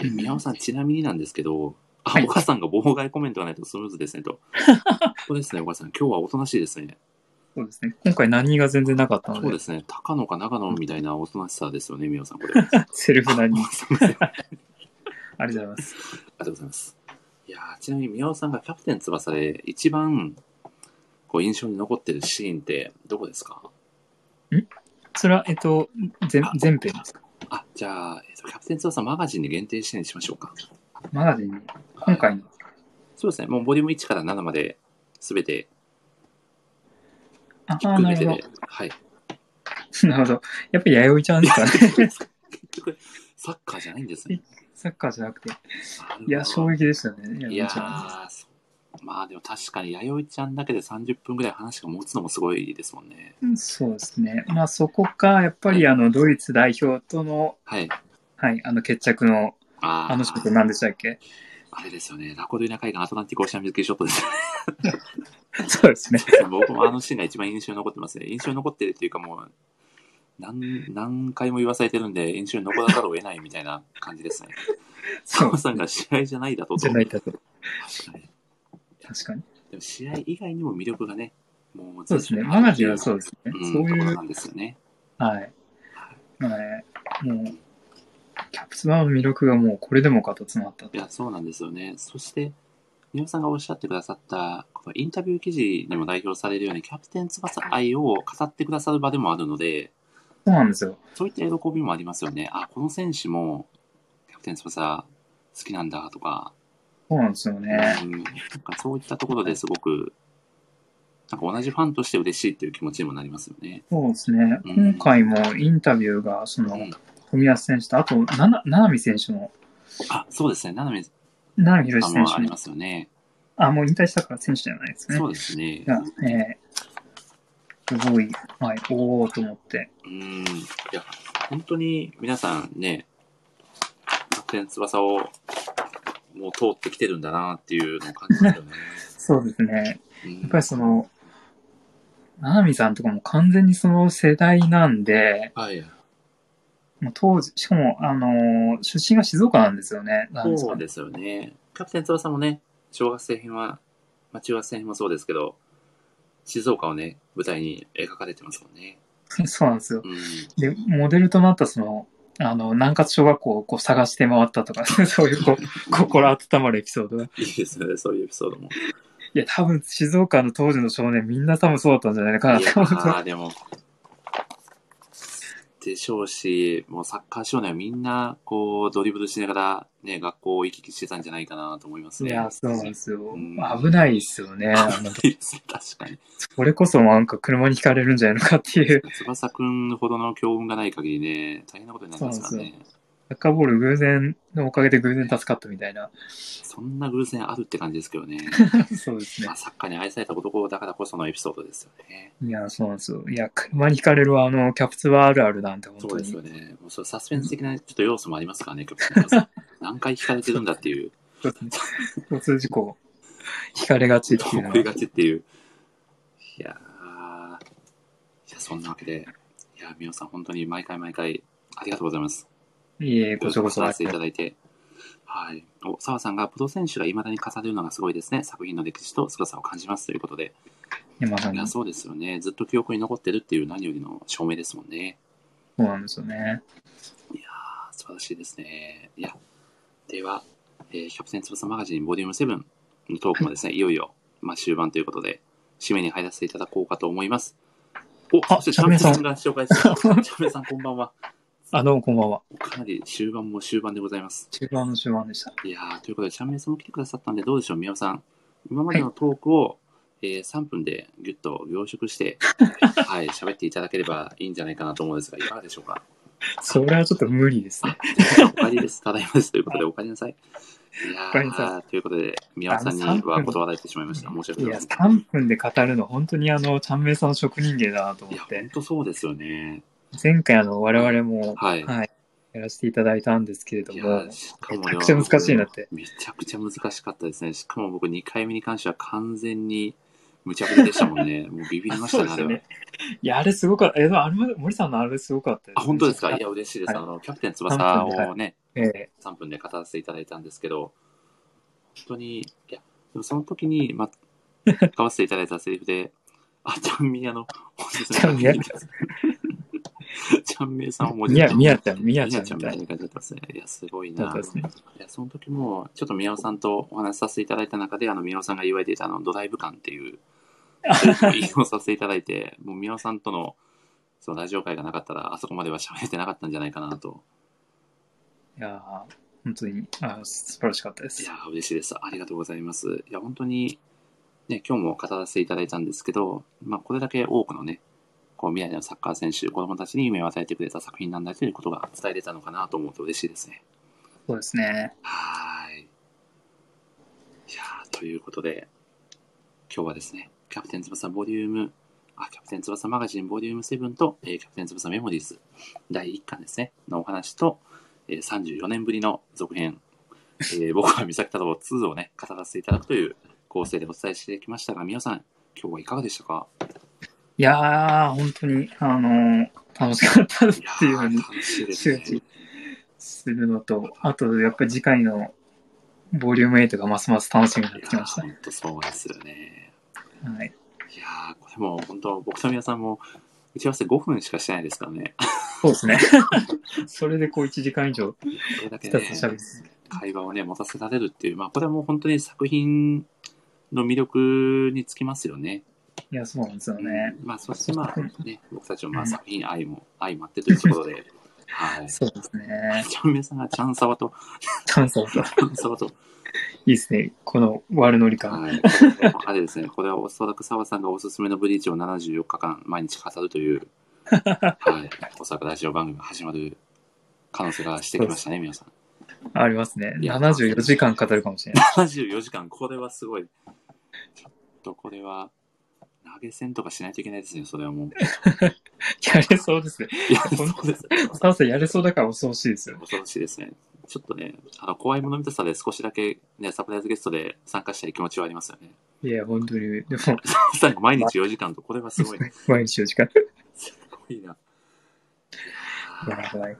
Speaker 2: う
Speaker 1: で
Speaker 2: ん
Speaker 1: 宮尾さん、ちなみになんですけど、あ、
Speaker 2: はい
Speaker 1: お母さんが妨害コメントがないとスムーズです ねと。ここですね、お母さん。今日はおとなしいですね。
Speaker 2: そうですね。今回何が全然なかった
Speaker 1: そう
Speaker 2: の
Speaker 1: で
Speaker 2: で、
Speaker 1: すね。高野か長野みたいなおとなしさですよね、宮尾さん、これ。
Speaker 2: セルフ何
Speaker 1: お母さん ですね
Speaker 2: ありがとうございます。
Speaker 1: ありがとうございます。いやーちなみに宮尾さんがキャプテン翼で一番こう印象に残ってるシーンってどこですか
Speaker 2: それは、えっと、全
Speaker 1: あ
Speaker 2: 全編ですか
Speaker 1: あ、じゃあ、えっとキャプテン翼マガジンに限定してにしましょうか。
Speaker 2: マガジンに、今回の、
Speaker 1: そうですね、もうボリューム1から7まで全て
Speaker 2: あ
Speaker 1: ひっ
Speaker 2: あ、
Speaker 1: くる
Speaker 2: な
Speaker 1: め
Speaker 2: る
Speaker 1: て
Speaker 2: ほ
Speaker 1: で、はい。
Speaker 2: ど。 なるほど。やっぱり弥生ちゃんですかね。
Speaker 1: 結局、サッカーじゃないんですね。
Speaker 2: サッカーじゃなくて。い
Speaker 1: な
Speaker 2: や、
Speaker 1: るほ
Speaker 2: 衝
Speaker 1: ど
Speaker 2: 撃でしたね。
Speaker 1: い
Speaker 2: 弥
Speaker 1: や
Speaker 2: 生ちゃ
Speaker 1: ーそうまあでも確かに弥生ちゃんだけで30分ぐらい話が持つのもすごいですもんね。
Speaker 2: ん。そうですね。まあ、そこか、やっぱり、あの、ドイツ代表との、
Speaker 1: はい。
Speaker 2: はい、あの、決着の、
Speaker 1: あー
Speaker 2: あのショット何でしたっけ
Speaker 1: あれですよね。ラコドゥイナ海岸アトランティックオーシャンビューティーショットですよね
Speaker 2: そうですね。
Speaker 1: 僕もあのシーンが一番印象に残ってますね。印象に残ってるっていうかもう、何、何回も言わされてるんで、印象に残らざるを得ないみたいな感じですね。
Speaker 2: そ
Speaker 1: 澤
Speaker 2: う。
Speaker 1: さんが試合じゃないだとと。
Speaker 2: じゃないだと。
Speaker 1: はい
Speaker 2: 確かに。
Speaker 1: でも試合以外にも魅力がね、もう
Speaker 2: そうですね。マガジンはそううですね。
Speaker 1: ん
Speaker 2: そ
Speaker 1: と
Speaker 2: う
Speaker 1: こ
Speaker 2: い
Speaker 1: ろ
Speaker 2: う
Speaker 1: な、んですよね。
Speaker 2: はい。はい。もう、キャプツバの魅力がもうこれでもかと詰まった
Speaker 1: い
Speaker 2: と。
Speaker 1: や、そうなんですよね。そして、宮尾さんがおっしゃってくださった、このインタビュー記事にも代表されるように、キャプテン翼愛を語ってくださる場でもあるので、
Speaker 2: そうなんですよ。
Speaker 1: そういった喜びもありますよね。あ、この選手も、キャプテン翼好きなんだとか、
Speaker 2: そうなんですよね。
Speaker 1: うん、なんかそういったところですごく、なんか同じファンとして嬉しいっていう気持ちにもなりますよね。
Speaker 2: そうですね。
Speaker 1: うん
Speaker 2: 今回もインタビューが、そうの、
Speaker 1: ん、
Speaker 2: 冨安選手と、あと、なな、ななみ選手も、
Speaker 1: あ、そうですね。七海さ
Speaker 2: ななみひろし
Speaker 1: ん
Speaker 2: 選
Speaker 1: もあ
Speaker 2: 手
Speaker 1: り
Speaker 2: も
Speaker 1: ま、すよね。
Speaker 2: あ、もう引退したから選手じゃないですね。
Speaker 1: そうですね。
Speaker 2: が、えー、すごい、はい、おおと思って。
Speaker 1: うん。いや、本当に皆さんね、キャプテン翼をもう通ってきてるんだなっていうのを感じますよね。
Speaker 2: そうですね。
Speaker 1: うん
Speaker 2: やっぱりそ、の、ななみさんとかも完全にその世代なんで、
Speaker 1: はい。
Speaker 2: もう当時、しかも、あのー出身が静岡なんですよね。ななみさ
Speaker 1: そうんですよね。キャプテン翼もね、小学生編は、まあ、中学生編もそうですけど、静岡をね、舞台に描かれてますもんね。
Speaker 2: そうなんですよ。
Speaker 1: うん。
Speaker 2: で、モデルとなったその、あの、南葛小学校をこう探して回ったとか、 そういうこう、 心温まるエピソードが。い
Speaker 1: いいですよね、そういうエピソードも。い
Speaker 2: や、多分静岡の当時の少年みんな多分そうだったんじゃないか
Speaker 1: や
Speaker 2: なと思うと。
Speaker 1: ー、でも、でしょうし、もうサッカー少年はみんな、こう、ドリブルしながら、ね、学校を行き来してたんじゃないかなと思います
Speaker 2: い
Speaker 1: ね。
Speaker 2: や、そうなんですよ。
Speaker 1: ん
Speaker 2: 危ないです よね。あの
Speaker 1: 危ないですね確かに。
Speaker 2: それこそなんか車にひかれるんじゃないのかっていう。
Speaker 1: 翼くんほどの強運がない限りね、大変なことになりますからね。
Speaker 2: サッカーボール偶然のおかげで偶然助かったみたいな。
Speaker 1: そんな偶然あるって感じですけ どね。
Speaker 2: そうですね
Speaker 1: まあ、。サッカーに愛された男だからこそのエピソードですよね。
Speaker 2: いや、そうなんですよ。いや、車にひかれるあの、キャプツはあるあるなんて、本
Speaker 1: そ
Speaker 2: 当
Speaker 1: うです
Speaker 2: に
Speaker 1: よ。ね。もうそうサスペンス的なちょっと要素もありますからね、曲 の何回聞かれてるんだっていう、
Speaker 2: そうですね交通事故、ひかれがちっていうの
Speaker 1: 思
Speaker 2: はい
Speaker 1: がちっていう。いやー、いやそんなわけで、いや、みおさん、本当に毎回毎回ありがとうございます。
Speaker 2: いえいえ、ごちそうごち
Speaker 1: 語
Speaker 2: ょ
Speaker 1: らせていただいて。はい。お、澤さんがプロ選手が未だに語るのがすごいですね。作品の歴史と凄さを感じますということで。
Speaker 2: 今さ
Speaker 1: い
Speaker 2: に
Speaker 1: や、
Speaker 2: そ
Speaker 1: そうですよね。ずっと記憶に残ってるっていう何よりの証明ですもんね。
Speaker 2: うなんですよね。
Speaker 1: あ素晴らしいですね。いや、では、えーキャプテン翼マガジンボリューム7のトークも ですね、いよいよ、まあ、終盤ということで、締めに入らせていただこうかと思います。お、
Speaker 2: あ
Speaker 1: そして、シャメさんが紹介して シャメさんこんばんは。
Speaker 2: あ、どうもこんばんは。
Speaker 1: かなり終盤も終盤でございます。
Speaker 2: 中盤の中盤でした。
Speaker 1: いやーということで、チャンメイさんも来てくださったんで、どうでしょう、宮尾さん。今までのトークを、えー3分でぎゅっと凝縮 して、はい、喋っていただければいいんじゃないかなと思うんですが、いかがでしょうか。
Speaker 2: それはちょっと無理ですね。
Speaker 1: お帰りです。ただいまです。ということで、お帰りなさい。いや
Speaker 2: お帰りなさ
Speaker 1: ーということで、宮尾さんに
Speaker 2: あの3分
Speaker 1: は断られてしまいました。申し訳
Speaker 2: い
Speaker 1: ござい
Speaker 2: や、
Speaker 1: ません。
Speaker 2: 3分で語るの、本当にあの、ちゃんめいさんの職人芸だなと
Speaker 1: い
Speaker 2: 思
Speaker 1: や、
Speaker 2: っ
Speaker 1: 本
Speaker 2: て。
Speaker 1: 当そうですよね。
Speaker 2: 前回あの、我々も、
Speaker 1: はい。
Speaker 2: はい、やらせていただいたんですけれど
Speaker 1: いや
Speaker 2: も
Speaker 1: ー、しか
Speaker 2: め
Speaker 1: も
Speaker 2: ちゃくちゃ難しいなって。
Speaker 1: めちゃくちゃ難しかったですね。しかも僕2回目に関しては完全に無茶ぶりでしたもんね。もうビビりまし
Speaker 2: そ
Speaker 1: た
Speaker 2: う
Speaker 1: ね、あ
Speaker 2: です
Speaker 1: れ
Speaker 2: よ
Speaker 1: は。
Speaker 2: ね。いや、あれすごかった。え、でもあれも森さんのあれすごかったですね、
Speaker 1: あ、本当ですかい
Speaker 2: え
Speaker 1: や、嬉しいです。
Speaker 2: はい
Speaker 1: あの、キャプテン翼をね、
Speaker 2: え
Speaker 1: 3分で語らせていただいたんですけど、本当に、いや、でもその時に、ま、使わせていただいたセリフで、あ、ちゃんみやの、本日の
Speaker 2: ちゃんみや
Speaker 1: ちゃんみやさんを文字
Speaker 2: みや、みやちゃん、みや
Speaker 1: み
Speaker 2: ちゃ
Speaker 1: や
Speaker 2: ん
Speaker 1: ちゃん
Speaker 2: み
Speaker 1: みたい
Speaker 2: たい
Speaker 1: な
Speaker 2: な。
Speaker 1: 感じだったんですね。いや、すごい
Speaker 2: そう
Speaker 1: な。
Speaker 2: ですね。
Speaker 1: いや、その時も、ちょっと宮尾さんとお話しさせていただいた中で、あの、宮尾さんが言われていた、あの、ドライブ感って いう、引用させていただいて、もう宮尾さんとの、そのラジオ会がなかったら、あそこまでは喋れてなかったんじゃないかなと。
Speaker 2: いやー本当にあ素晴らしかったで
Speaker 1: い
Speaker 2: す
Speaker 1: や。ー、嬉しいです。ありがとうございます。いや、本当に、ね、今日も語らせていただいたんですけど、まあ、これだけ多くのね、こう、未来のサッカー選手、子供たちに夢を与えてくれた作品なんだということが伝えれたのかなと思うと嬉しいですね。
Speaker 2: そうですね。
Speaker 1: はーい。いやーということで、今日はですね、キャプテン翼ボリューム、あ、キャプテン翼マガジンボリューム7と、えーキャプテン翼メモリーズ第1巻ですね、のお話と、えー34年ぶりの続編、え ー僕は三崎太郎2をね、語らせていただくという構成でお伝えしてきましたが、皆さん、今日はいかがでしたか
Speaker 2: いやー本当に、あのー楽しかったっ
Speaker 1: い
Speaker 2: ていうの
Speaker 1: ー
Speaker 2: に
Speaker 1: 楽しいです
Speaker 2: 周
Speaker 1: ね。
Speaker 2: 知するのと、あと、やっぱり次回のボリューム8がますます楽しみになってきました
Speaker 1: いやーほんとそうですよね。
Speaker 2: ね。はい。
Speaker 1: いやー、これもう本当、僕と皆さんも打ち合わせ5分しかしてないですからね。こ
Speaker 2: そ うですね。それでこう1時間以上、
Speaker 1: れだけ
Speaker 2: ひたすら喋
Speaker 1: ね
Speaker 2: り、続けて
Speaker 1: 会話をね、持たせられるっていう、まあ、これはもう本当に作品の魅力につきますよね。
Speaker 2: いや、そうなんですよね。
Speaker 1: うんまあ、そしてまあ、 ね、僕たちもまあ作品愛も相まってというところで、はい。
Speaker 2: そうですね。
Speaker 1: チャンメイさんがチャンサワ と、
Speaker 2: 感想と。い
Speaker 1: チャンサワと、
Speaker 2: いですね。この悪ノリ感。
Speaker 1: はい。あれですね、これはおそらく澤さんがおすすめのブリーチを74日間毎日語ると いう、はい。おそらくラジオ番組が始まる可能性がしてきましたね、皆さん。
Speaker 2: ありますね。
Speaker 1: いや
Speaker 2: 74時間語るかもしれない。
Speaker 1: 74時間、これはすごい。ちょっとこれは、投げ銭とかしないといけないですね、それはもう。
Speaker 2: やれそう ですね。
Speaker 1: いや、そうです。
Speaker 2: サンさんやれそうだから恐ろしいですよ。
Speaker 1: 恐ろしいですね。ちょっとね、あの、怖いもの見たさで少しだけね、サプライズゲストで参加したい気持ちはありますよね。
Speaker 2: いや、本当に。でも、
Speaker 1: 最後、毎日4時間と、これはすごい、ね。
Speaker 2: 毎日4時間。
Speaker 1: すごいな。い
Speaker 2: や
Speaker 1: やー
Speaker 2: ばい。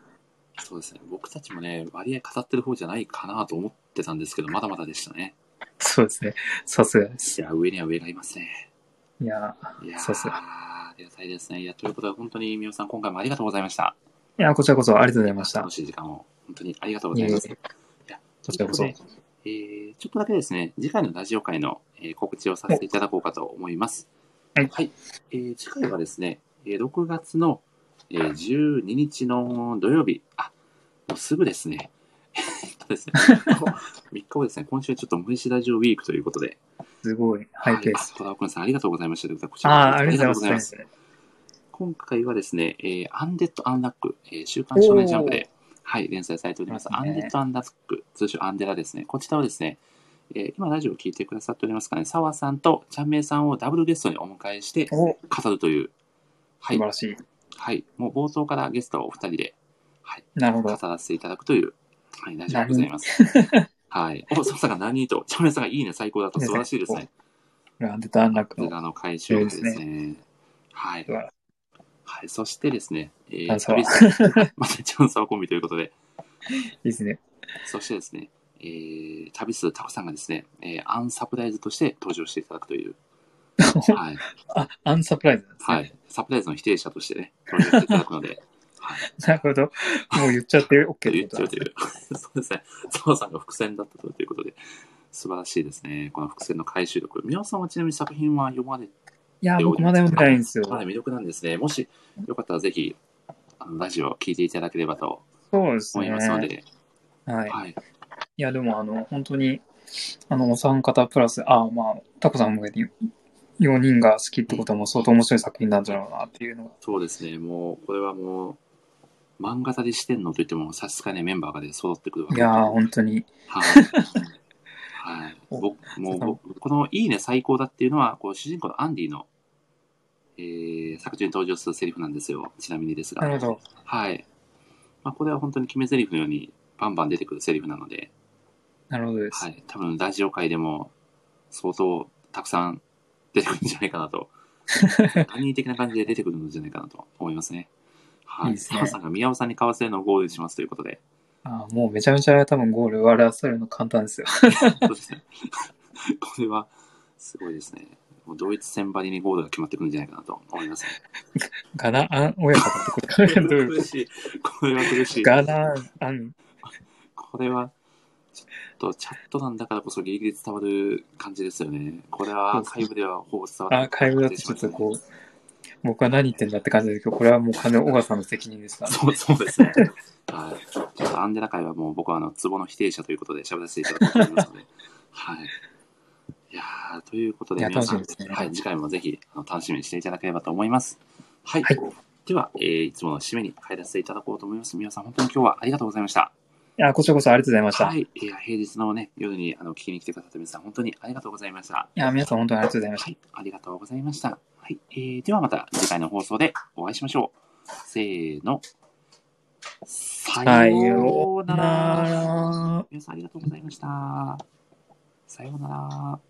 Speaker 1: そうですね。僕たちもね、割合語ってる方じゃないかなと思ってたんですけど、まだまだでしたね。
Speaker 2: そうですね。さすがです。
Speaker 1: いや、上には上がいますね。
Speaker 2: いや、
Speaker 1: いやー
Speaker 2: そうそう
Speaker 1: ありがたいですね。いや、ということで、本当に、みおさん、今回もありがとうございました。
Speaker 2: いや、こちらこそありがとうございました
Speaker 1: 楽。しい時間を本当にありがとうございます。
Speaker 2: いえい
Speaker 1: いや
Speaker 2: こちらこそ
Speaker 1: ということでえーちょっとだけですね、次回のラジオ会の、えー告知をさせていただこうかと思います。
Speaker 2: はい
Speaker 1: えー次回はですね、えー6月の、えー12日の土曜日、あ、もうすぐですね。えっとですね、3日後ですね、今週はちょっと無視ラジオウィークということで、
Speaker 2: すごいハイペース。
Speaker 1: あ戸田奥野さん、ありがとうございました。ということでこち
Speaker 2: あ
Speaker 1: らこ
Speaker 2: あ、
Speaker 1: そ
Speaker 2: ありがとうございま
Speaker 1: あ
Speaker 2: す。
Speaker 1: 今回はですね、えーアンデッド・アンラック、えー週刊少年ジャンプで、はい、連載されております、
Speaker 2: そう
Speaker 1: ア
Speaker 2: です
Speaker 1: ン
Speaker 2: ね
Speaker 1: デッド・アンラック、通称アンデラですね。こちらはですね、えー今ラジオを聞いてくださっておりますかね、澤さんとちゃんめいさんをダブルゲストにお迎えして
Speaker 2: お、
Speaker 1: 語るという、は
Speaker 2: 素晴
Speaker 1: い、
Speaker 2: らしい。
Speaker 1: はい、もう冒頭からゲストをお二人で、はい、
Speaker 2: なるほ
Speaker 1: 語
Speaker 2: ど。
Speaker 1: らせていただくという、はい、ラジオでございます。 はい。お、そうさんが何と、ちゃんめいさんがいいね、最高だと素晴らしいですね。
Speaker 2: ランデタンラック
Speaker 1: こち
Speaker 2: の
Speaker 1: らの回収ですね。
Speaker 2: そ
Speaker 1: はい
Speaker 2: 素晴らしい。
Speaker 1: はい。そしてですね、えー、
Speaker 2: チャンサワ
Speaker 1: 旅 またチャンサワコンビということで、
Speaker 2: いいですね。
Speaker 1: そしてですね、えー、旅するタコさんがですね、えー、アンサプライズとして登場していただくと いう、はい。
Speaker 2: あ、アンサプライズなんですね。
Speaker 1: はい。サプライズの否定者としてね、登場していただ くので、はい。
Speaker 2: なるほど。もう言っちゃって OK っ
Speaker 1: 言
Speaker 2: て
Speaker 1: っち
Speaker 2: こ
Speaker 1: ゃ
Speaker 2: と
Speaker 1: うという、そうですね、サワさんが伏線だったということで、素晴らしいですね、この伏線の回収力。宮尾さんはちなみに作品は読まれ
Speaker 2: いや、僕まだ読んでないんですよ。
Speaker 1: かなり魅力なんですね。もしよかったらぜひ、あのラジオを聞いていただければと
Speaker 2: そうです
Speaker 1: 思いますので、
Speaker 2: ね。はい。
Speaker 1: はい。
Speaker 2: いや、でも、あの、本当に、あの、お三方プラス、あまあ、タコさんも4人が好きってことも相当面白い作品なんだろうなっていうのが。
Speaker 1: そうですね、もう、これはもう、漫画家でしてんのといっても、さすがね、メンバーがね、揃ってくるわけ
Speaker 2: い
Speaker 1: で
Speaker 2: やー、本当に。
Speaker 1: はい。 はい。僕、もう僕、このいいね最高だっていうのは、こう主人公のアンディの、えー、作中に登場するセリフなんですよ。ちなみにですが。
Speaker 2: なるほど。
Speaker 1: はい。まあ、これは本当に決めセリフのように、バンバン出てくるセリフなので、
Speaker 2: なるほどです。
Speaker 1: はい。多分、ラジオ界でも、相当、たくさん出てくるんじゃないかなと。 何人的な感じで出てくるんじゃないかなと思いますね。はい
Speaker 2: い
Speaker 1: い。
Speaker 2: ですね
Speaker 1: 澤さんが宮尾さんに買わせるのをゴールしますということで。
Speaker 2: あーもうめちゃめちゃ多分ゴール笑わせるの簡単ですよ。
Speaker 1: そう ですねこれは、すごいですね。もう同一戦張りにゴールが決まってくるんじゃないかなと思いますね。
Speaker 2: ガラアン親方ってこと どう いうこ
Speaker 1: 苦しい。これは苦し
Speaker 2: と
Speaker 1: い。
Speaker 2: ガラアン、
Speaker 1: これは、ちょっとチャットなんだからこそギリギリ伝わる感じですよね。これはアーカイブではほぼ伝わ
Speaker 2: アーカイブだとちょっとこう、僕は何言ってんだって感じですけど、これはもう金尾川さんの責任ですから。
Speaker 1: そう、そうですね。はい。ちょっとアンデラ会はもう僕はあの、ツボの否定者ということで喋らせていただこうと思いますので。はい。いやーということ
Speaker 2: い
Speaker 1: で、
Speaker 2: や
Speaker 1: 皆さん、
Speaker 2: 楽しみですね
Speaker 1: はい、次回もぜひあの楽しみにしていただければと思います。はい。
Speaker 2: はい
Speaker 1: では、えーいつもの締めに帰らせていただこうと思います。皆さん、本当に今日はありがとうございました。
Speaker 2: いや、こちらこそありがとうございました。
Speaker 1: はい。いや、平日のね、夜にあの聞きに来てくださった皆さん、本当にありがとうございました。
Speaker 2: いや、皆さん本当にありがとうございました。
Speaker 1: はい、ありがとうございました。はい、えー、ではまた次回の放送でお会いしましょう。せーの。さようなら。
Speaker 2: ら。
Speaker 1: 皆さんありがとうございました。さようなら。